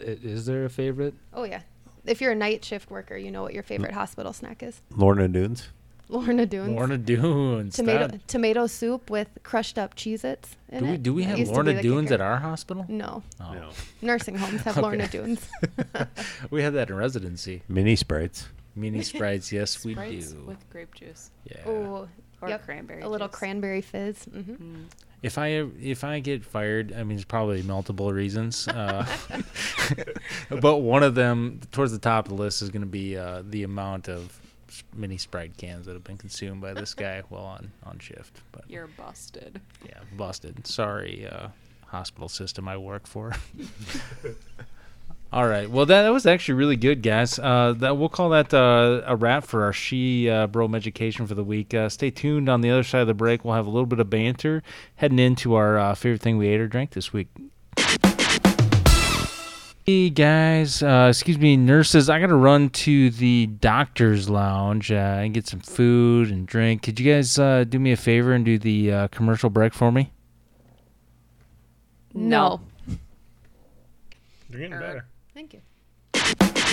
I- Is there a favorite?
Oh yeah. If you're a night shift worker, you know what your favorite hospital snack is.
Lorna Dunes.
Lorna Doone.
Mm. Lorna Doones.
tomato
that-
tomato soup with crushed up Cheez-Its in
Do we
it.
do we
That
have
used to be
Lorna
the
Doones
kicker.
at our hospital?
No.
Oh.
No.
Nursing homes have
Okay.
Lorna Doones.
Oh. We had that in residency.
Mini sprites.
Mini sprites, yes, we
Sprites
do.
With grape juice
yeah.
Oh,
or
Yep,
cranberry.
a little
juice.
cranberry fizz. hmm
Mm.
If I if I get fired, I mean, it's probably multiple reasons, uh, but one of them towards the top of the list is going to be uh, the amount of s- mini Sprite cans that have been consumed by this guy while on on shift. But
You're busted.
yeah, busted. Sorry, uh, hospital system I work for. All right. Well, that, that was actually really good, guys. Uh, that we'll call that uh, a wrap for our she uh, bro education for the week. Uh, stay tuned. On the other side of the break, we'll have a little bit of banter heading into our uh, favorite thing we ate or drank this week. Hey guys, uh, excuse me, nurses. I gotta run to the doctor's lounge uh, and get some food and drink. Could you guys uh, do me a favor and do the uh, commercial break for me?
No.
You're getting
Er.
better.
Thank you.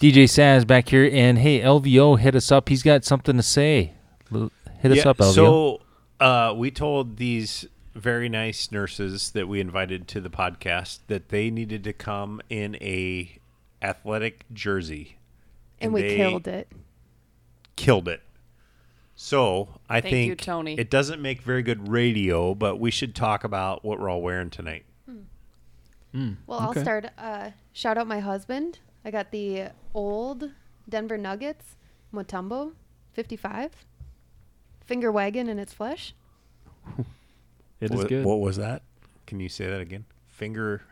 DJ Saz back here, and hey, LVO hit us up. He's got something to say. L- Hit us
Yeah,
up, LVO.
So uh, we told these very nice nurses that we invited to the podcast that they needed to come in a athletic jersey,
And, we
they
killed it.
Killed it. So I
Thank
think
you, Tony.
it doesn't make very good radio, but we should talk about what we're all wearing tonight.
Well,
Okay.
I'll start. Uh, shout out my husband. I got the old Denver Nuggets Motumbo 55 finger wagon in its flesh.
It is
what,
good.
What was that? Can you say that again? Finger.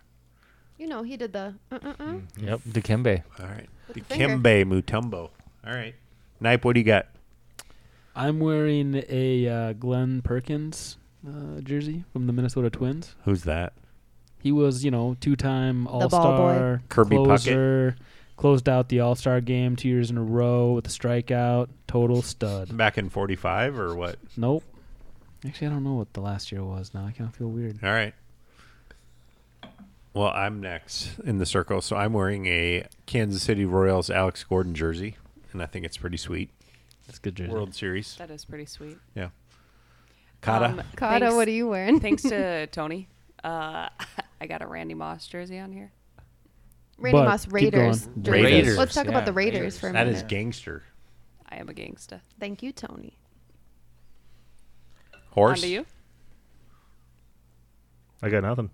You know, he did the uh uh uh.
yep, Dikembe.
All right.
With
The
the finger.
Kimbe Mutombo. All right. Nipe, what do you got?
I'm wearing a uh, Glenn Perkins uh, jersey from the Minnesota Twins.
Who's that?
He was, you know, two-time
ball boy.
All-Star
Kirby Puckett.
closer. Closed out the All-Star game two years in a row with a strikeout. Total stud.
Back in 45 or what?
Nope. Actually, I don't know what the last year was. Now I kind of feel weird.
All right. Well, I'm next in the circle, so I'm wearing a Kansas City Royals Alex Gordon jersey, and I think it's pretty sweet.
It's a good jersey.
World Series.
That is pretty sweet.
Yeah. Kata.
Um,
Kata,
thanks-
what are you wearing?
thanks to Tony. Uh, I got a Randy Moss jersey on here.
Randy
But
Moss
keep
Raiders.
going.
jersey.
Raiders,
Let's talk
yeah,
about the Raiders,
Raiders.
for a
that
minute.
is gangster.
I am a gangsta.
Thank you, Tony.
Horse.
On to you.
I got nothing.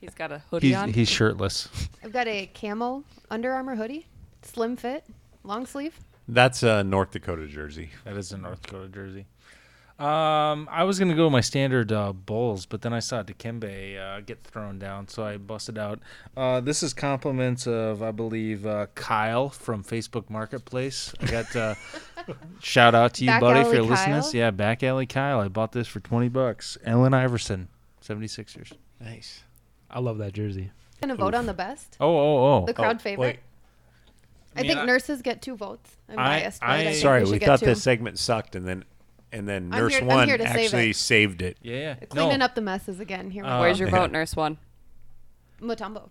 He's got a hoodie
He's,
on.
he's shirtless.
I've got a camo Under Armour hoodie, slim fit, long sleeve.
That's a North Dakota jersey.
That is a North Dakota jersey. Um, I was gonna go with my standard uh, Bulls, but then I saw Dikembe uh, get thrown down, so I busted out. Uh, this is compliments of I believe uh, Kyle from Facebook Marketplace. I got uh, shout out to you,
Back
buddy, if
alley
you're listening. to this.
Kyle?
Yeah, back alley Kyle. I bought this for twenty bucks. Ellen Iverson, 76ers.
Nice.
I love that jersey.
Gonna vote on the best,
Oh, oh, oh.
the crowd favorite.
Wait,
I
mean,
think
I-
nurses get two votes. I'm
I-
biased. but I
I-
think
sorry,
should
we
get
thought
two.
this segment sucked, and then and then
I'm
Nurse
here- I'm
One
here to save
actually
it.
saved it.
yeah, yeah.
Cleaning
no.
up the messes again. Here we
Uh,
go.
Where's your
Yeah.
vote, Nurse One?
Mutombo.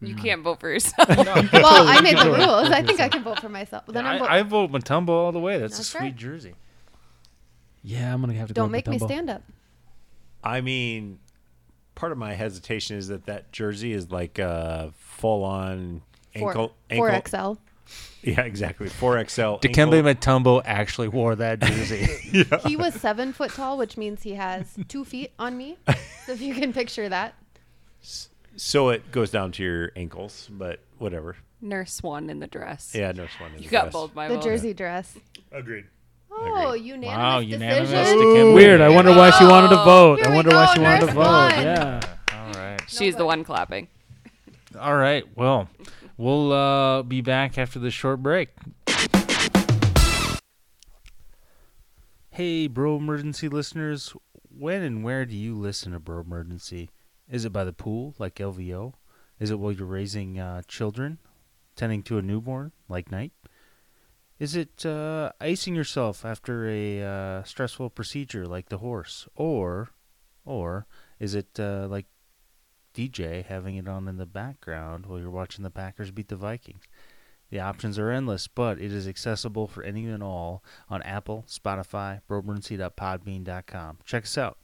You
Mm-hmm.
can't vote for yourself.
Well, I made the rules. I think I can vote for myself. Then I'm
I,
vo-
I vote Matumbo all the way. That's,
That's
a sweet
right.
jersey.
Yeah, I'm gonna have to. go
don't
with
make me
Dumbo.
stand up.
I mean, part of my hesitation is that that jersey is like a full on
Four,
ankle ankle
four XL.
Yeah, exactly. 4XL.
Dikembe
ankle-
Mutombo actually wore that jersey.
He was seven foot tall, which means he has two feet on me. So if you can picture that.
so it goes down to your ankles, but whatever.
Nurse one in the dress.
Yeah, nurse one. in
You
the
got
dress.
bold, my
The jersey dress.
Agreed.
Oh, unanimous
wow,
decision.
unanimous. Dikembe.
Weird. I wonder why she wanted to vote.
Here
I
we
wonder why
go,
she wanted to
nurse
vote.
one.
Yeah.
All right.
She's the one clapping.
All right. Well, we'll uh, be back after this short break. Hey, Bro Emergency listeners. When and where do you listen to Bro Emergency? Is it by the pool, like LVO? Is it while you're raising uh, children, tending to a newborn, like Knight? Is it uh, icing yourself after a uh, stressful procedure, like the horse? Or, or is it uh, like DJ having it on in the background while you're watching the Packers beat the Vikings. The options are endless, but it is accessible for any and all on Apple, Spotify, brobernsea.podbean.com. Check us out.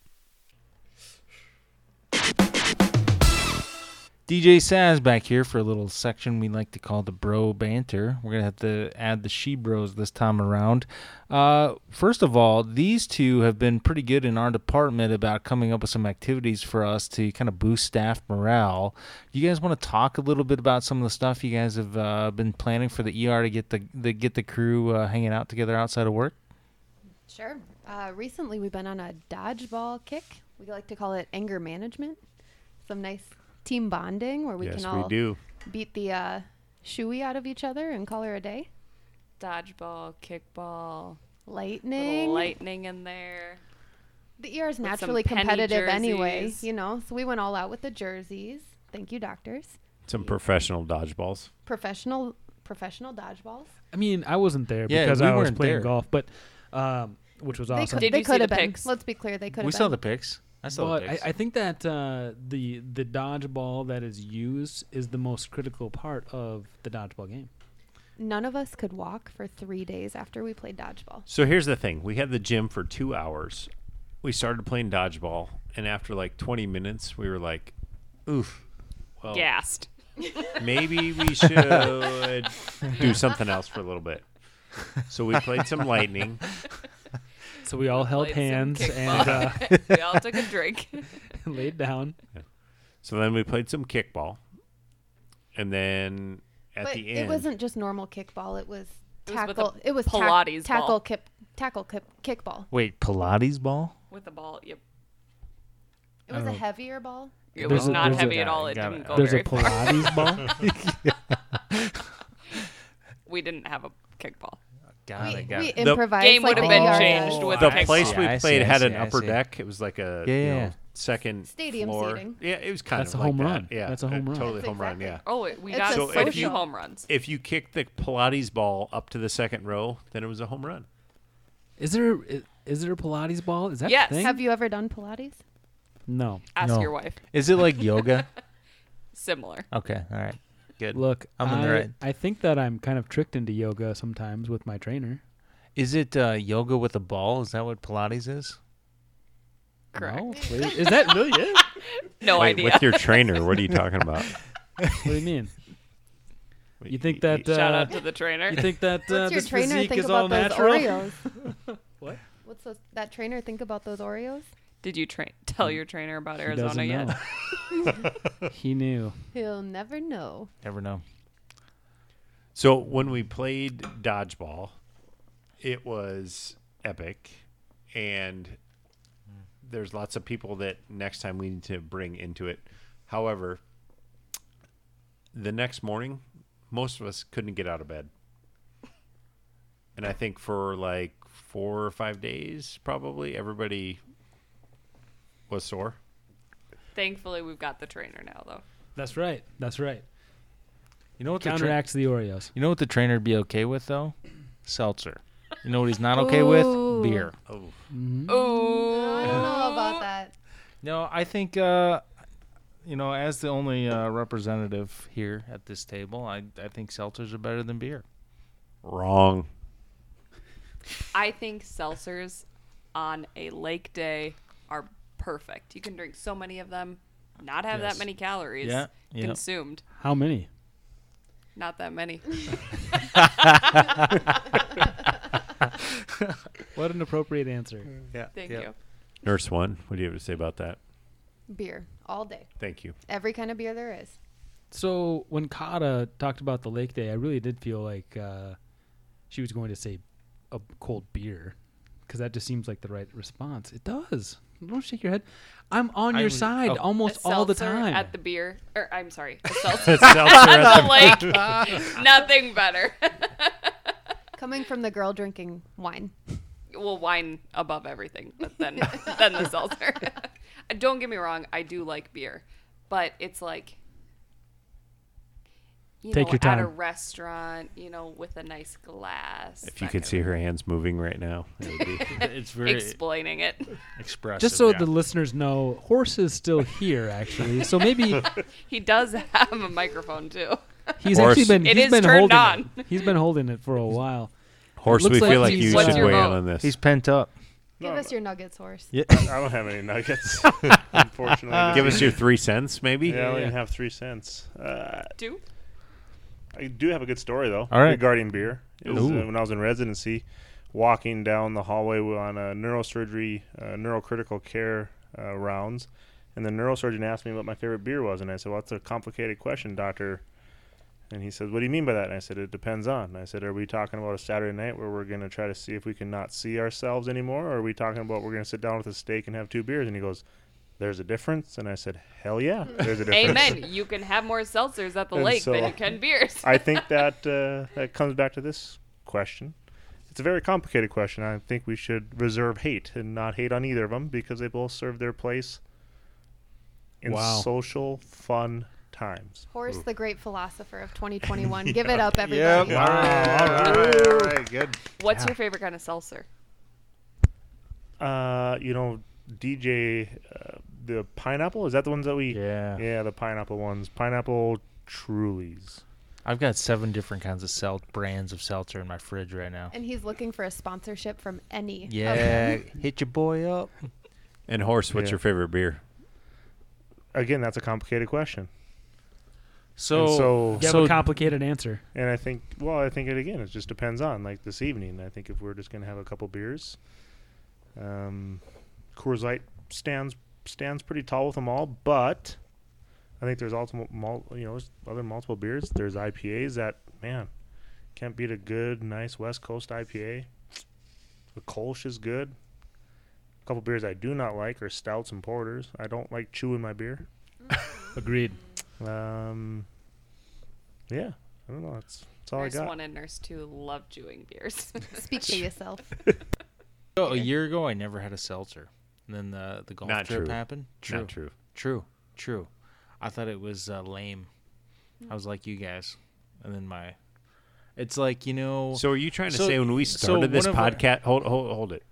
DJ Saz back here for a little section we like to call the bro banter. We're going to have to add the she bros this time around. Uh, first of all, these two have been pretty good in our department about coming up with some activities for us to kind of boost staff morale. You guys want to talk a little bit about some of the stuff you guys have uh, been planning for the ER to get the, the get the crew uh, hanging out together outside of work?
Sure. Uh, recently, we've been on a dodgeball kick. We like to call it anger management. Some nice team bonding where we
yes,
can all
we do.
beat the uh, shooey out of each other and call her a day.
Dodgeball, kickball,
Lightning.
little lightning in there.
The ER is
some
naturally
penny
competitive, anyway.
jerseys.
You know, so we went all out with the jerseys. Thank you, doctors.
Some professional dodgeballs.
Professional, professional dodgeballs.
I mean, I wasn't there
Yeah,
because
we
I was
weren't
playing
there.
golf, but um, which was
They
awesome.
could,
Did
they
you see
could
the
have been.
pics?
Let's be clear, they could
We
have
saw
been.
the pics. I saw
But
the
I,
pics.
I think that uh, the the dodgeball that is used is the most critical part of the dodgeball game.
None of us could walk for three days after we played dodgeball.
So here's the thing: we had the gym for two hours. We started playing dodgeball, and after like 20 minutes, we were like, "Oof,
Oh.
well,
Gassed.
maybe we should do something else for a little bit." So we played some lightning.
So we all held
Played some
hands and uh,
kickball. we all took a drink.
laid down.
So then we played some kickball, and then at
but
the end,
it wasn't just normal kickball. It was
It was with
tackle.
a
It was, tac-
Pilates
tackle
ball.
kip, tackle kip, kickball.
Wait, Pilates ball?
With a ball. Yep.
It was a heavier ball.
It
There's
was
a-
not
there's a-
heavy at all. It
got
didn't
it.
go
There's
very
a
far.
Pilates ball.
We didn't have a kickball.
Got
we
it, got
we
it.
The
improvised.
game
like
would have
the
been
ER
changed
does.
with
the
kickball.
place we
I see,
played
I
had
see,
an
I
upper
see.
deck. It was like a
Yeah,
you
yeah.
know, second
Stadium
floor.
seating.
Yeah, it was kind
That's
of
a
like
home
that.
run.
Yeah,
That's a home
uh,
run.
Totally
That's
home run.
exactly-
Yeah.
Oh, wait, we
It's
got
a
quite a few
social-
home runs.
If you kicked the Pilates ball up to the second row, then it was a home run.
Is there is, is there a Pilates ball? Is that
Yes.
a thing?
Have you ever done Pilates?
no.
Ask
No.
your wife.
Is it like yoga?
Similar.
Okay, all right.
Good.
Look,
I'm in
I,
the right.
I think that I'm kind of tricked into yoga sometimes with my trainer.
Is it uh, yoga with a ball? Is that what Pilates is?
Correct.
No, wait, is that really it?
No
Wait,
idea.
with your trainer, what are you talking about?
What do you mean? You think that
Shout
uh,
out to the trainer.
you think that uh,
What's your
this
trainer
physique
think
is all
about those
natural?
Oreos?
What?
What's those, that trainer think about those Oreos?
Did you tra- tell your trainer about
He Mm. doesn't
Arizona yet?
know. he knew.
He'll never know.
Never know.
So when we played dodgeball, it was epic, and there's lots of people that next time we need to bring into it. However, the next morning, most of us couldn't get out of bed, and I think for like four or five days, probably everybody was sore.
Thankfully, we've got the trainer now, though.
That's right. That's right.
You know what the tra-
Counteracts the Oreos.
You know what the trainer would be okay with though? Seltzer. You know what he's not okay with?
Ooh.
Beer.
Oh,
Mm-hmm. I
Oh,
don't know about that.
No, I think uh, you know, as the only uh, representative here at this table, I I think seltzers are better than beer.
wrong.
I think seltzers on a lake day are perfect. You can drink so many of them, not have
Yes.
that many calories
Yeah, yeah.
consumed.
How many?
Not that many.
What an appropriate answer.
Yeah.
Thank
yeah.
you.
Nurse one, what do you have to say about that?
Beer all day.
Thank you.
Every kind of beer there is.
So when Kata talked about the lake day, I really did feel like uh, she was going to say a cold beer because that just seems like the right response. It does. Don't shake your head. I'm on your
I'm-
side
oh.
almost
A
all the
seltzer
time.
At the beer, or I'm sorry, a seltzer
It's seltzer at
at the lake. Nothing better.
Coming from the girl drinking wine.
well, wine above everything, but then then the seltzer. Don't get me wrong, I do like beer, but it's like you
Take
know,
your
at a
time.
restaurant, you know, with a nice glass.
If you
that
could
kind
see
of-
her hands moving right now, it would be
Eh,
It's very
explaining it.
expressive.
Just so
yeah.
the listeners know, horse is still here actually. So maybe
He does have a microphone too.
he's
Horse.
actually been
It
he's
is
been
turned
holding
on.
it. He's been holding it for a while.
horse.
looks
We
like
feel like
he's-
you
What's
should
your
weigh in
vote?
on this.
he's pent up.
Give
No,
us your nuggets, horse.
Yeah.
I don't have any nuggets, unfortunately.
Give us your three cents, maybe.
Yeah, I only
Yeah.
have three cents. Uh,
Do
I do have a good story though.
All right.
Regarding beer, it was, uh,
Ooh.
when I was in residency, walking down the hallway we were on a neurosurgery, uh, neurocritical care uh, rounds, and the neurosurgeon asked me what my favorite beer was, and I said, "Well, that's a complicated question, doctor." And he says, "What do you mean by that?" And I said, "It depends on." And I said, "Are we talking about a Saturday night where we're going to try to see if we can not see ourselves anymore, or are we talking about we're going to sit down with a steak and have two beers?" And he goes, "There's a difference." And I said, "Hell yeah, there's a difference."
amen. You can have more seltzers at the
And
lake than
so-
you can beers.
I think that uh, that comes back to this question. It's a very complicated question. I think we should reserve hate and not hate on either of them because they both serve their place in
Wow.
social fun times.
Horse, the great philosopher of 2021. Give it up,
Yep.
everybody.
All right. All right. All right. Good.
What's your favorite kind of seltzer?
Uh, you know, DJ, uh, the pineapple is that the ones that we?
Yeah.
yeah, the pineapple ones. Pineapple Trulies.
I've got seven different kinds of sel- brands of seltzer in my fridge right now.
And he's looking for a sponsorship from any. of them.
Yeah, hit your boy up.
And horse, what's
Yeah.
your favorite beer?
Again, that's a complicated question.
So,
And so-
You have
so
a complicated answer.
And I think, well, I think it again. It just depends on like this evening. I think if we're just gonna have a couple beers, um, Coors Light stands stands pretty tall with them all. But I think there's also mul- you know there's other multiple beers. There's IPAs that man can't beat a good nice West Coast IPA. The Kolsch is good. A couple beers I do not like are stouts and porters. I don't like chewing my beer.
Agreed.
Um, yeah, I don't know. That's that's all
nurse
I got.
one and nurse two love chewing beers.
Speak for yourself.
so Oh, a year ago, I never had a seltzer. And then the the golf
Not
trip
true.
happened. True,
Not true.
true, true. I thought it was uh, lame. I was like you guys, and then my. It's like you know.
So are you trying to
So-
say when we
so
started this
one of our-
podcast? Hold, hold, hold it.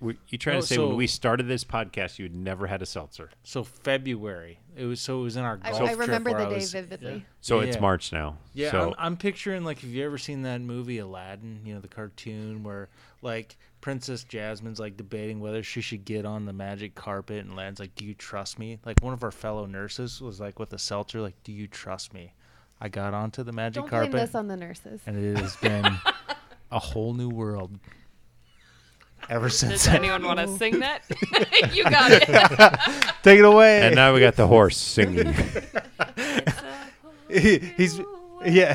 Were you trying
No,
to say
so-
when we started this podcast, you had never had a seltzer?
so February. It was so it was in our
I,
golf
I
trip
remember
where
the
I
day
was-
vividly.
So
Yeah.
it's March now.
Yeah,
So
I'm, I'm picturing like have you ever seen that movie Aladdin? You know the cartoon where like Princess Jasmine's like debating whether she should get on the magic carpet, and Aladdin's like, "Do you trust me?" Like one of our fellow nurses was like with a seltzer, like, "Do you trust me?" I got onto the magic
Don't blame
carpet,
this on the nurses.
and it has been a whole new world ever since.
Does
then.
anyone want to sing that? you got it.
Take it away.
and now we got the horse singing.
he's yeah.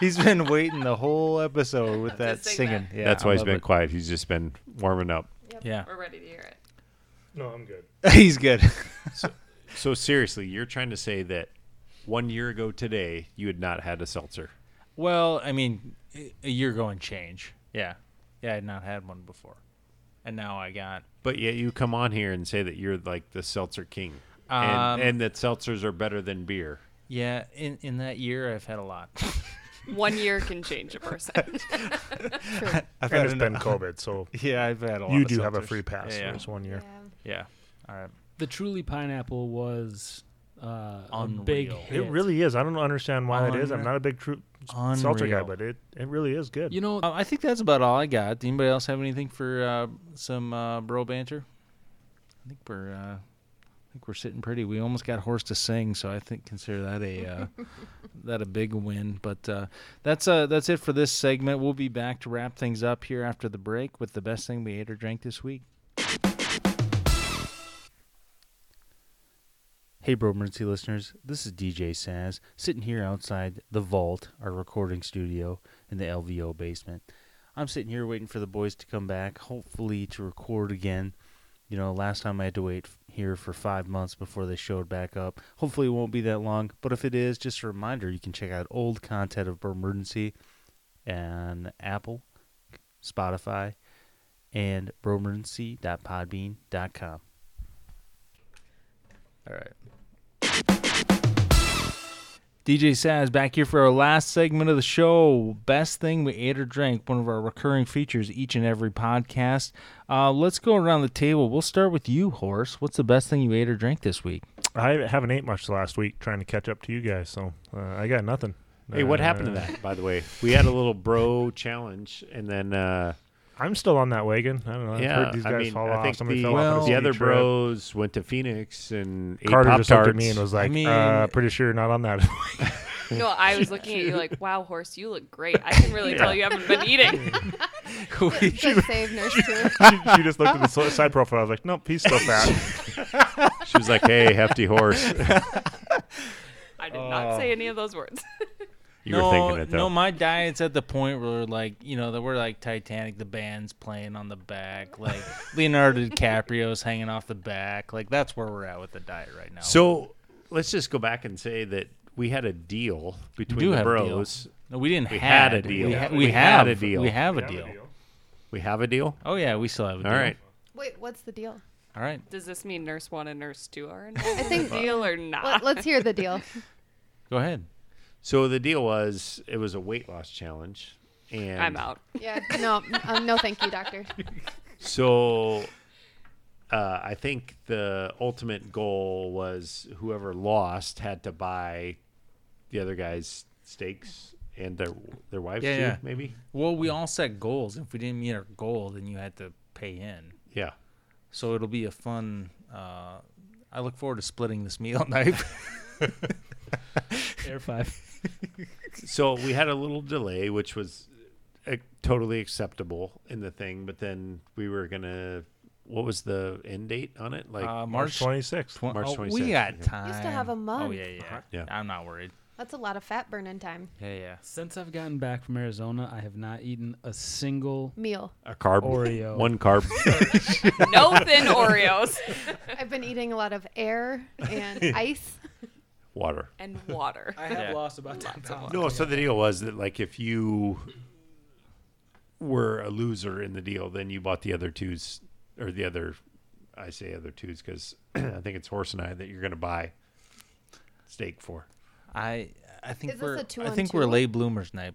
he's been waiting the whole episode with that
Just sing
singing.
that.
Yeah,
That's
I
why he's
love
been
it.
quiet. He's just been warming up.
Yeah,
We're ready to hear it.
No, I'm good.
he's good.
So seriously, you're trying to say that one year ago today you had not had a seltzer.
well, I mean, a- a year ago and change. Yeah, yeah, I had not had one before, and now I got
But yet you come on here and say that you're like the seltzer king,
Um,
and, and that seltzers are better than beer.
yeah. In in that year, I've had a lot.
One year can change a person.
I've
and
had
it's
an-
been COVID, so
Yeah, I've had a lot.
you
of
do have a
seltzers.
free pass
Yeah, yeah.
for this one year.
Yeah. All right.
The truly pineapple was uh, a big
Unreal.
hit.
It really is. I don't understand why that is. I'm
Unreal.
not a big true seltzer guy,
Unreal.
but it, it really is good.
You know,
I think that's about all I got. Did anybody else have anything for uh, some uh, bro banter? I think we're uh, I think we're sitting pretty. We almost got horse to sing, so I think consider that a uh, that a big win. But uh, that's uh, that's it for this segment. We'll be back to wrap things up here after the break with the best thing we ate or drank this week.
Hey, Bro Emergency listeners, this is DJ Saz sitting here outside the vault, our recording studio in the LVO basement. I'm sitting here waiting for the boys to come back, hopefully to record again. You know, last time I had to wait f- here for five months before they showed back up. Hopefully, it won't be that long, but if it is, just a reminder you can check out old content of Bro Emergency on Apple, Spotify, and broemergency.podbean.com. All right.
DJ Saz back here for our last segment of the show. Best thing we ate or drank, one of our recurring features each and every podcast. Uh, let's go around the table. We'll start with you, Horse. What's the best thing you ate or drank this week?
I haven't ate much last week trying to catch up to you guys, so uh, I got nothing.
Hey, what happened to
Uh,
that, by the way? We had a little bro challenge, and then uh,
I'm still on that wagon. I don't know. I've
yeah,
heard these
I
guys
mean,
fall
I
off.
think
Somebody
the,
fell off on a
the
ski
other
trip.
bros went to Phoenix and ate
Carter
Pop
just looked at
Tarts.
me and was like,
mean-
uh, "Pretty sure you're not on that."
No, I was looking at you like, wow, horse, you look great. I can really tell you haven't been eating.
Good save, nurse too.
she, she just looked at the so- side profile. I was like, "Nope, he's still fat."
she was like, "Hey, hefty horse."
I did not say any of those words.
You
no,
were thinking it
no,
though.
my diet's at the point where like you know that we're like Titanic, the band's playing on the back, like Leonardo DiCaprio's hanging off the back, like that's where we're at with the diet right now.
so let's just go back and say that we had a deal between
do
the
have a deal.
bros.
no, we didn't
we
have
had a deal.
We, ha-
We
we
had
have
a deal.
We have a deal.
We have a deal.
Oh yeah, we still have a deal.
All right.
Wait, what's the deal?
all right.
Does this mean nurse one and nurse two are involved?
I think
Deal or not?
Let, let's hear the deal.
Go ahead.
So the deal was it was a weight loss challenge, and
I'm out.
Yeah. No. Um, no, thank you, doctor.
So uh, I think the ultimate goal was whoever lost had to buy the other guy's steaks and their their wives
Yeah,
too,
yeah.
maybe.
Well, we all set goals. If we didn't meet our goal, then you had to pay in.
Yeah.
So it'll be a fun. Uh, I look forward to splitting this meal night.
Air five.
So we had a little delay, which was uh, totally acceptable in the thing, but then we were gonna. What was the end date on it? Like
Uh, March
March 26th.
twen-
March
oh, We
26th,
got
yeah.
time.
You still have a
Oh
month.
yeah, yeah,
Yeah.
I'm not worried.
That's a lot of fat burning time.
Yeah, yeah.
Since I've gotten back from Arizona, I have not eaten a single.
Meal.
a carb,
Oreo.
one carb.
No thin Oreos
I've been eating a lot of air and ice.
water.
and water.
I have
Yeah.
lost about ten pounds.
No, so the deal was that like if you were a loser in the deal, then you bought the other twos or the other. I say other twos because I think it's horse and I that you're going to buy steak for.
I I think
Is this
we're
a two
I
on
think
two?
we're late bloomers night.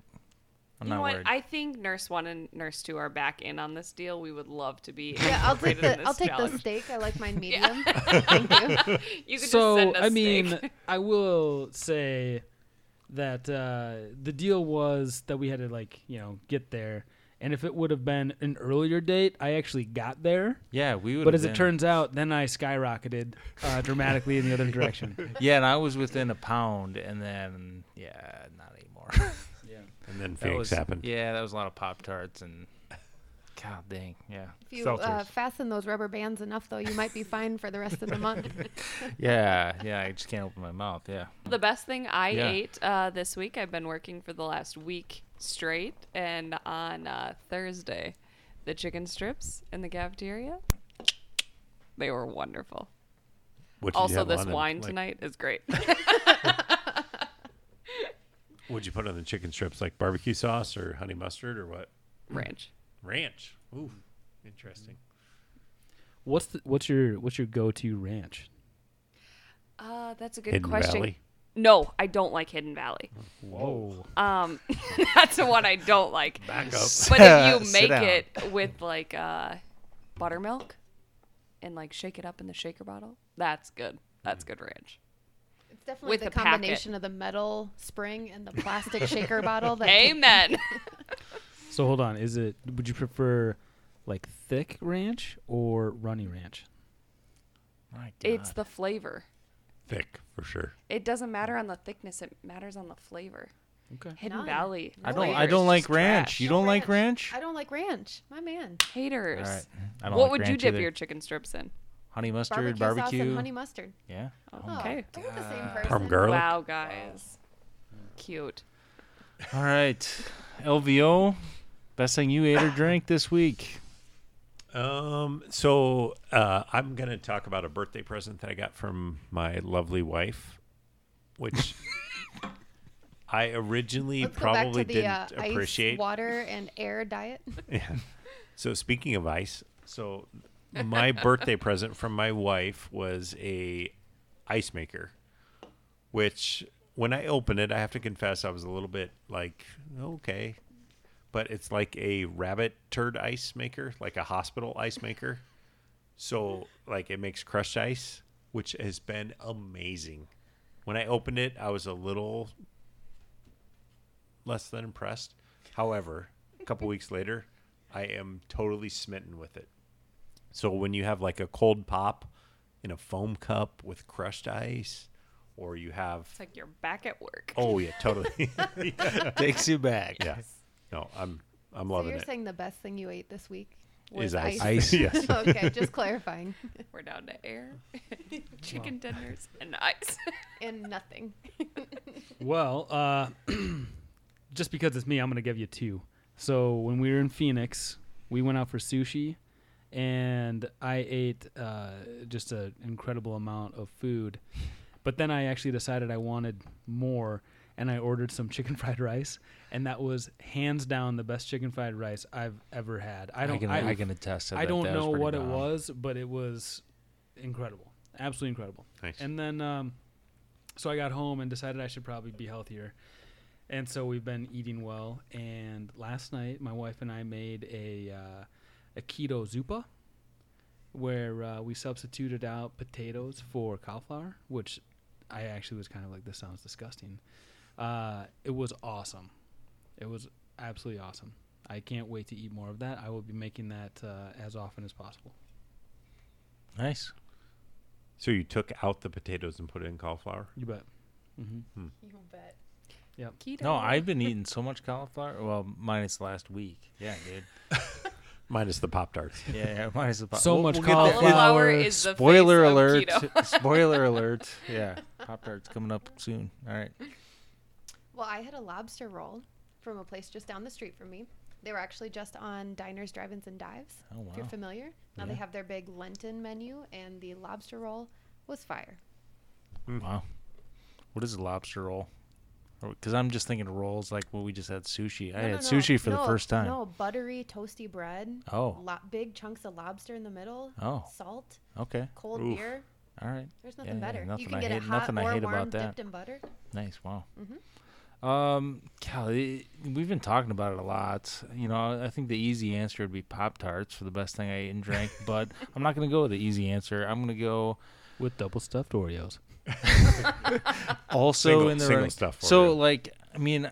I'm
You
not
know what?
worried.
I think Nurse One and Nurse Two are back in on this deal. We would love to be.
Yeah, I'll take
incorporated in
the
this
I'll take the
challenge.
steak. I like mine medium. Thank you.
You could just
so
send us
I mean,
steak.
I will say that uh, the deal was that we had to like you know get there, and if it would have been an earlier date, I actually got there.
yeah, we would.
But as it turns out, then I skyrocketed uh, dramatically in the other direction.
yeah, and I was within a pound, and then yeah, not anymore.
And then
that
Phoenix
was
happened.
Yeah, that was a lot of pop tarts and. God dang, yeah,
If you uh,
Seltzers.
fasten those rubber bands enough, though, you might be fine for the rest of the month.
yeah, yeah. I just can't open my mouth. Yeah,
The best thing I
Yeah.
ate uh, this week, I've been working for the last week straight, and on uh, Thursday, the chicken strips in the cafeteria, they were wonderful.
What did you
Also,
have
this
on them?
wine
Like,
tonight is great.
What'd you put on the chicken strips? Like barbecue sauce or honey mustard or what?
Ranch.
Ranch. Ooh, interesting.
what's the, what's your what's your go-to ranch?
Uh, that's a good
Hidden
question.
Valley. Oh.
No, I don't like Hidden Valley.
Whoa!
Um, that's the one I don't like.
Back up.
But if you
Sit
make
down.
it with like uh, buttermilk and like shake it up in the shaker bottle, that's good.
Mm.
That's good ranch.
It's definitely
With
the
the packet.
combination of the metal spring and the plastic shaker bottle. That
Amen.
So hold on, is it? Would you prefer like thick ranch or runny ranch?
my God.
it's the flavor.
Thick for sure.
It doesn't matter on the thickness; it matters on the flavor.
Okay.
Hidden
None.
Valley.
I don't.
Flavor
I
is
don't
just
like ranch.
trash.
You don't like ranch?
I don't like ranch. My man.
Haters.
All right. I don't
What
like
would you
ranch
dip
either.
your chicken strips in?
honey mustard
Barbecue, sauce
barbecue? Uh,
and honey mustard.
yeah.
Okay.
Oh, we're the same
Parm
person.
garlic.
Wow, guys. Cute.
All right. LVO, best thing you ate or drank this week.
Um, so uh, I'm gonna talk about a birthday present that I got from my lovely wife, which I originally
Let's go back
probably
to the uh,
didn't
ice,
appreciate.
water, and air diet.
Yeah. So speaking of ice, so my birthday present from my wife was a ice maker, which when I opened it, I have to confess I was a little bit like okay, but it's like a rabbit turd ice maker, like a hospital ice maker. So like it makes crushed ice, which has been amazing. When I opened it, I was a little less than impressed. However, a couple weeks later, I am totally smitten with it. So when you have like a cold pop in a foam cup with crushed ice, or you have
It's like you're back at work.
oh yeah, totally
Takes you back.
yeah. No, I'm I'm
So
loving
you're
it.
saying the best thing you ate this week
Is
was
ice.
Ice.
ice.
yes.
okay, just clarifying.
We're down to air, chicken tenders, and ice.
And nothing.
Well, uh, just because it's me, I'm going to give you two. So when we were in Phoenix, we went out for sushi, and I ate uh, just an incredible amount of food. But then I actually decided I wanted more, and I ordered some chicken fried rice, and that was hands down the best chicken fried rice I've ever had. I don't.
can,
I-
I, can attest to
I
that.
don't
That was
know
pretty
what it
bomb.
was, but it was incredible. Absolutely incredible.
Nice.
And then, um, so I got home and decided I should probably be healthier. And so we've been eating well. And last night, my wife and I made a, uh, a keto zuppa where uh, we substituted out potatoes for cauliflower, which I actually was kind of like, this sounds disgusting. Uh, it was awesome. It was absolutely awesome. I can't wait to eat more of that. I will be making that uh, as often as possible.
Nice.
So you took out the potatoes and put in cauliflower.
You bet. hmm
You bet.
Keto.
No, I've been eating so much cauliflower. Well, minus last week. Yeah, dude.
Minus the pop tarts.
Yeah, yeah minus the pop-
So
we'll-
much
we'll get there.
cauliflower.
Cauliflower is the
Spoiler
face of
alert.
keto.
Spoiler alert. Yeah. Pop Tart's coming up soon. All right.
Well, I had a lobster roll from a place just down the street from me. They were actually just on Diners, Drive-Ins, and Dives.
Oh,
If you're
wow.
familiar, now they
Yeah.
have their big Lenten menu, and the lobster roll was fire.
Mm.
Wow. What is a lobster roll? Because I'm just thinking rolls like when we just had sushi. I
No, no,
had
no,
sushi for
no,
the first time.
No, buttery, toasty bread.
Oh.
Lo- big chunks of lobster in the middle.
Oh.
Salt,
Okay.
cold
Oof.
beer.
All right.
There's
Yeah,
nothing
yeah,
better.
nothing
you can
I
get
hate-
it hot
nothing I
or
hate
warm,
about that.
dipped in butter.
Nice. Wow.
Mm-hmm.
Um, Callie, we've been talking about it a lot. You know, I think the easy answer would be Pop Tarts for the best thing I ate and drank, but I'm not going to go with the easy answer. I'm going to go
With double stuffed Oreos.
also
Single-
in the
single
running.
stuff
So
Oreo.
like, I mean,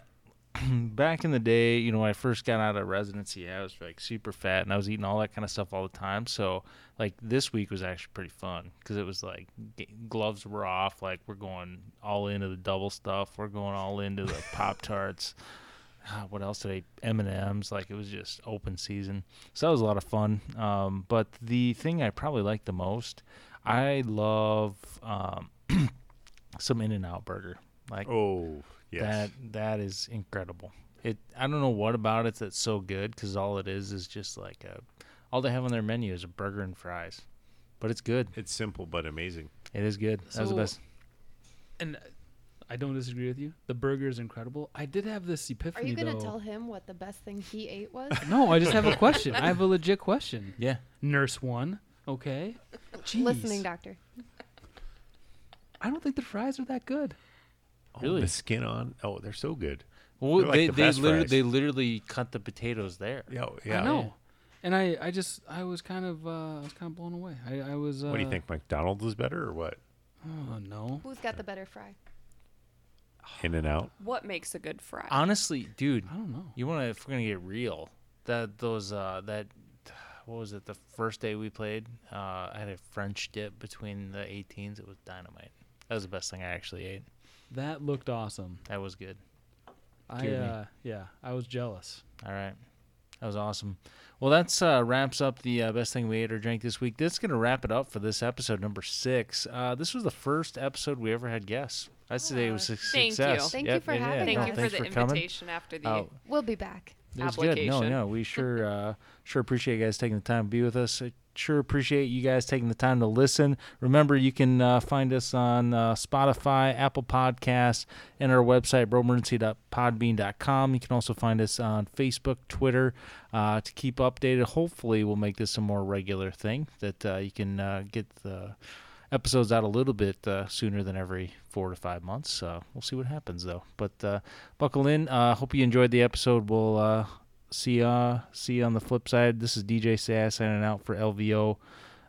back in the day, you know, when I first got out of residency, I was like super fat and I was eating all that kind of stuff all the time. So like this week was actually pretty fun because it was like g- gloves were off, like we're going all into the double stuff, we're going all into the pop tarts. Ah, What else did I? M and M's. Like it was just open season, so that was a lot of fun. Um, but the thing I probably like the most, I love um, some In and Out burger. Like
Oh yes.
that that is incredible. It I don't know what about it that's so good because all it is is just like a all they have on their menu is a burger and fries, but it's good.
It's simple but amazing.
It is good. That was the
So-
best.
And I don't disagree with you. The burger is incredible. I did have this
Are
epiphany.
you going
though.
to tell him what the best thing he ate was?
No, I just have a question. I have a legit question.
Yeah.
Nurse one, okay. Jeez.
Listening, doctor.
I don't think the fries are that good.
Oh,
Really?
The skin on. Oh, they're so good.
Well,
They're like
they
the
they,
best
literally,
fries.
they literally cut the potatoes there.
Yeah. oh, Yeah.
I know. And I, I just, I was kind of, uh, I was kind of blown away. I, I was. Uh,
What do you think? McDonald's is better or what?
Oh no.
Who's got the better fry?
In and out.
What makes a good fry?
Honestly, dude,
I don't know.
you want to if we're gonna get real, that those uh that what was it the first day we played? Uh, I had a French dip between the 18s. It was dynamite. That was the best thing I actually ate.
That looked awesome.
That was good.
I
Dear me.
uh, yeah, I was jealous.
All right. That was awesome. Well, that's uh, wraps up the uh, best thing we ate or drank this week. That's going to wrap it up for this episode number six. Uh, this was the first episode we ever had guests. I'd say it was a
Thank you.
success.
Thank you for having
Thank
no,
you for
thanks
the
coming.
invitation after the.
Oh,
We'll be back.
it was good. No,
application.
no, we sure, uh, sure appreciate you guys taking the time to be with us. I sure appreciate you guys taking the time to listen. Remember, you can uh, find us on uh, Spotify, Apple Podcasts, and our website broemergency.podbean.com. You can also find us on Facebook, Twitter, uh, to keep updated. Hopefully, we'll make this a more regular thing that uh, you can uh, get the episodes out a little bit uh, sooner than every four to five months. Uh, we'll see what happens though. But uh, buckle in. Uh, hope you enjoyed the episode. We'll uh, see uh see you on the flip side. This is DJ Sass signing out for LVO,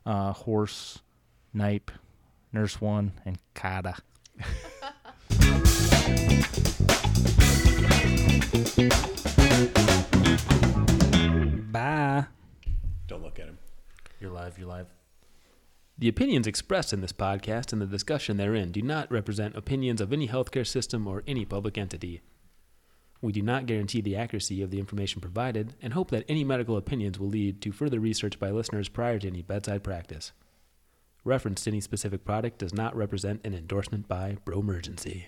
uh, Horse, Nipe, Nurse One, and Kada.
Bye.
Don't look at him.
You're live. You're live.
The opinions expressed in this podcast and the discussion therein do not represent opinions of any healthcare system or any public entity. We do not guarantee the accuracy of the information provided and hope that any medical opinions will lead to further research by listeners prior to any bedside practice. Reference to any specific product does not represent an endorsement by Bromergency.